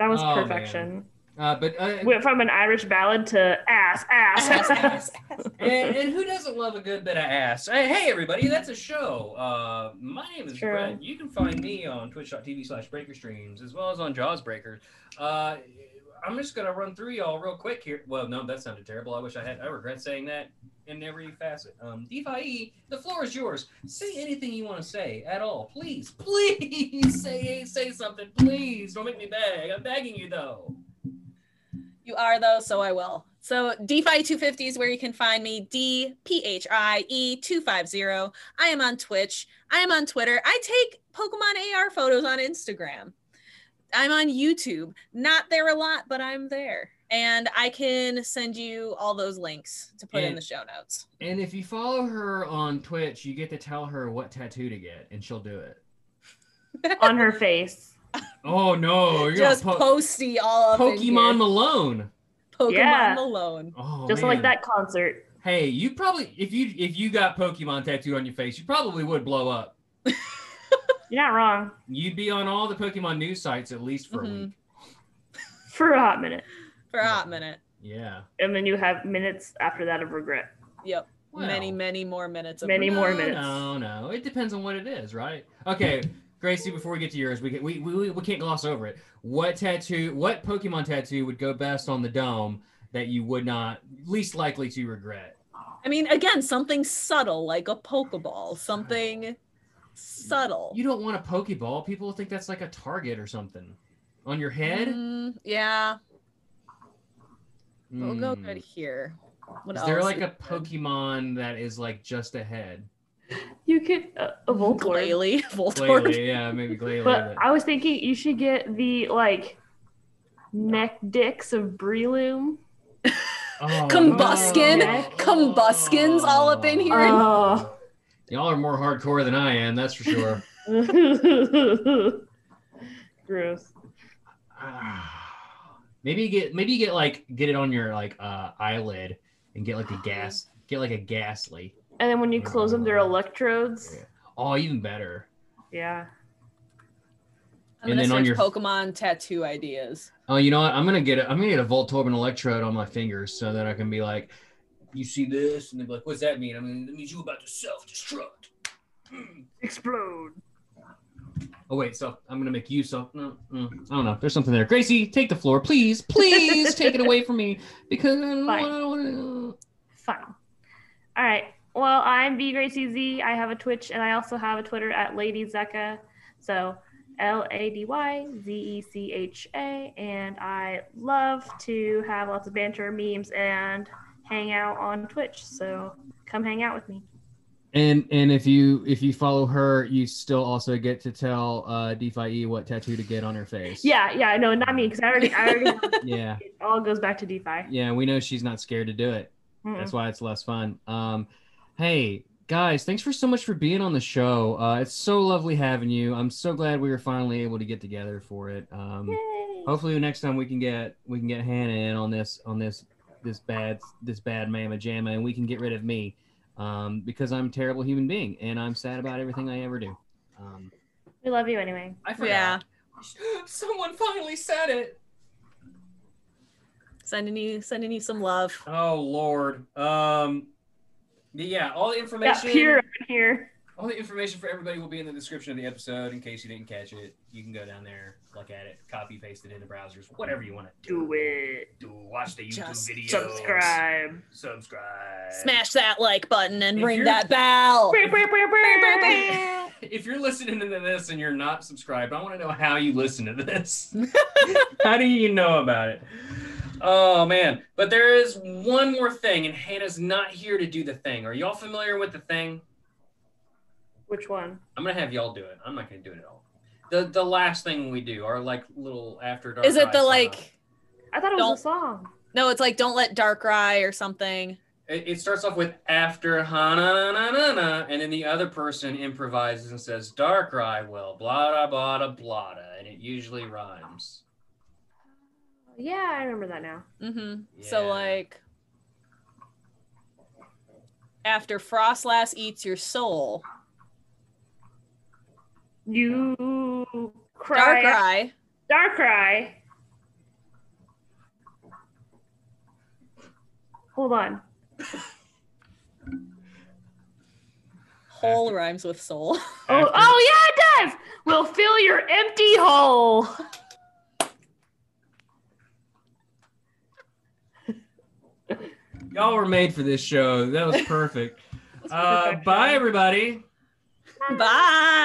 That was Oh, man. perfection. Uh, but uh, Went from an Irish ballad to ass, ass, Ass, ass. ass, and, and who doesn't love a good bit of ass? Hey, hey, everybody, that's a show. Uh, my name is Sure. Brett. You can find me on twitch.tv slash breaker streams as well as on Jaws Breakers. Uh, I'm just going to run through y'all real quick here. Well, no, that sounded terrible. I wish I had. I regret saying that in every facet. Um, DeFi, the floor is yours. Say anything you want to say at all. Please, please say say something. Please don't make me beg. I'm begging you, though. You are though, so I will. So DeFi 250 is where you can find me. D P H I E 250. I am on Twitch. I am on Twitter. I take Pokemon AR photos on Instagram. I'm on YouTube. Not there a lot, but I'm there. and I can send you all those links to put in And- the show notes. And if you follow her on Twitch, you get to tell her what tattoo to get, and she'll do it. on her face. Oh no, you're Just gonna po- posty all up in Pokemon here. Malone. Pokemon Yeah. Malone. Oh, Just like man. that concert. Hey, you probably if you if you got Pokemon tattooed on your face, you probably would blow up. You're not wrong. You'd be on all the Pokemon news sites at least for a Mhm. week. For a hot minute. for a hot minute. Yeah. And then you have minutes after that of regret. Yep. many, Well. many more minutes. Of Many regret. more no, minutes. No, no, it depends on what it is, right? Okay, Gracie. Before we get to yours, we can, we, we we can't gloss over it. What tattoo? What Pokemon tattoo would go best on the dome that you would not least likely to regret? I mean, again, something subtle like a Pokeball, something subtle. You don't want a Pokeball. People think that's like a target or something on your head. Mm, yeah, Mm, we'll go Hmm. good here. What Is there else like is a good? Pokemon that is like just a head? You could uh, a Voltorb. Glalie, Voltorb. Glalie, yeah, maybe Glalie. But but- I was thinking you should get the like neck dicks of Breloom. Oh, Combuskin? no. Combuskin's all up in here? Oh. Y'all are more hardcore than I am, that's for sure. Gross. Ah. maybe you get maybe you get like get it on your like uh eyelid and get like a gas get like a ghastly. And then when you close them, they're Oh. electrodes. Oh, even better. Yeah. and I'm gonna then on search your- Pokemon tattoo ideas. Oh, you know what? I'm gonna get a, I'm gonna get a Voltorb and electrode on my fingers so that I can be like, you see this, and they're like, what's that mean? I mean, that means you about to self-destruct. Explode. Oh wait, so I'm gonna make you self. No, mm, I don't know. There's something there. Gracie, take the floor, please, please take it away from me because I don't Fine. wanna- I don't want to. Fun. All right. Well, I'm B Gracie Z. I have a Twitch and I also have a Twitter at Lady Zecca. So L A D Y Z E C H A. And I love to have lots of banter, memes, and hang out on Twitch. So come hang out with me. And and if you if you follow her, you still also get to tell uh DeFi what tattoo to get on her face. Yeah, yeah, no, not me, because I already, I already, Yeah. it all goes back to DeFi. Yeah, we know she's not scared to do it. Mm-mm. That's why it's less fun. Um hey guys, thanks for so much for being on the show. Uh it's so lovely having you. I'm so glad we were finally able to get together for it. Um Yay. hopefully next time we can get we can get Hannah in on this on this this bad this bad mama jamma and we can get rid of me um because I'm a terrible human being and I'm sad about everything I ever do. Um We love you anyway. I Yeah, Someone finally said it. sending you, sending you some love. Oh Lord. Um but yeah, all the Got information pure on here. all the information for everybody will be in the description of the episode in case you didn't catch it. You can go down there, look at it, copy paste it into browsers, whatever you want to do. Do it. Do watch the YouTube Just videos. Subscribe. Subscribe. Smash that like button and If ring you're- that bell. If you're listening to this and you're not subscribed, I want to know how you listen to this. how do you know about it? Oh man, but there is one more thing, and Hannah's not here to do the thing. Are y'all familiar with the thing? Which one? I'm gonna have y'all do it. I'm not gonna do it at all. The the last thing we do, our like little after dark. Is it eye the sign-off. like? I thought it was Don't- a song. No, it's like don't let dark rye or something. It, it starts off with after Hana na na na, and then the other person improvises and says dark rye will blah da blah da blah da, and it usually rhymes. Yeah, I remember that now. Mm-hmm. So Yeah. like after Frostlass eats your soul, You cry. dark rye. Dark cry. Hold on. Hole rhymes with soul. Oh, After- oh yeah, it does. We'll fill your empty hole. Y'all were made for this show. That was perfect. That's uh, perfection. bye, everybody. Bye.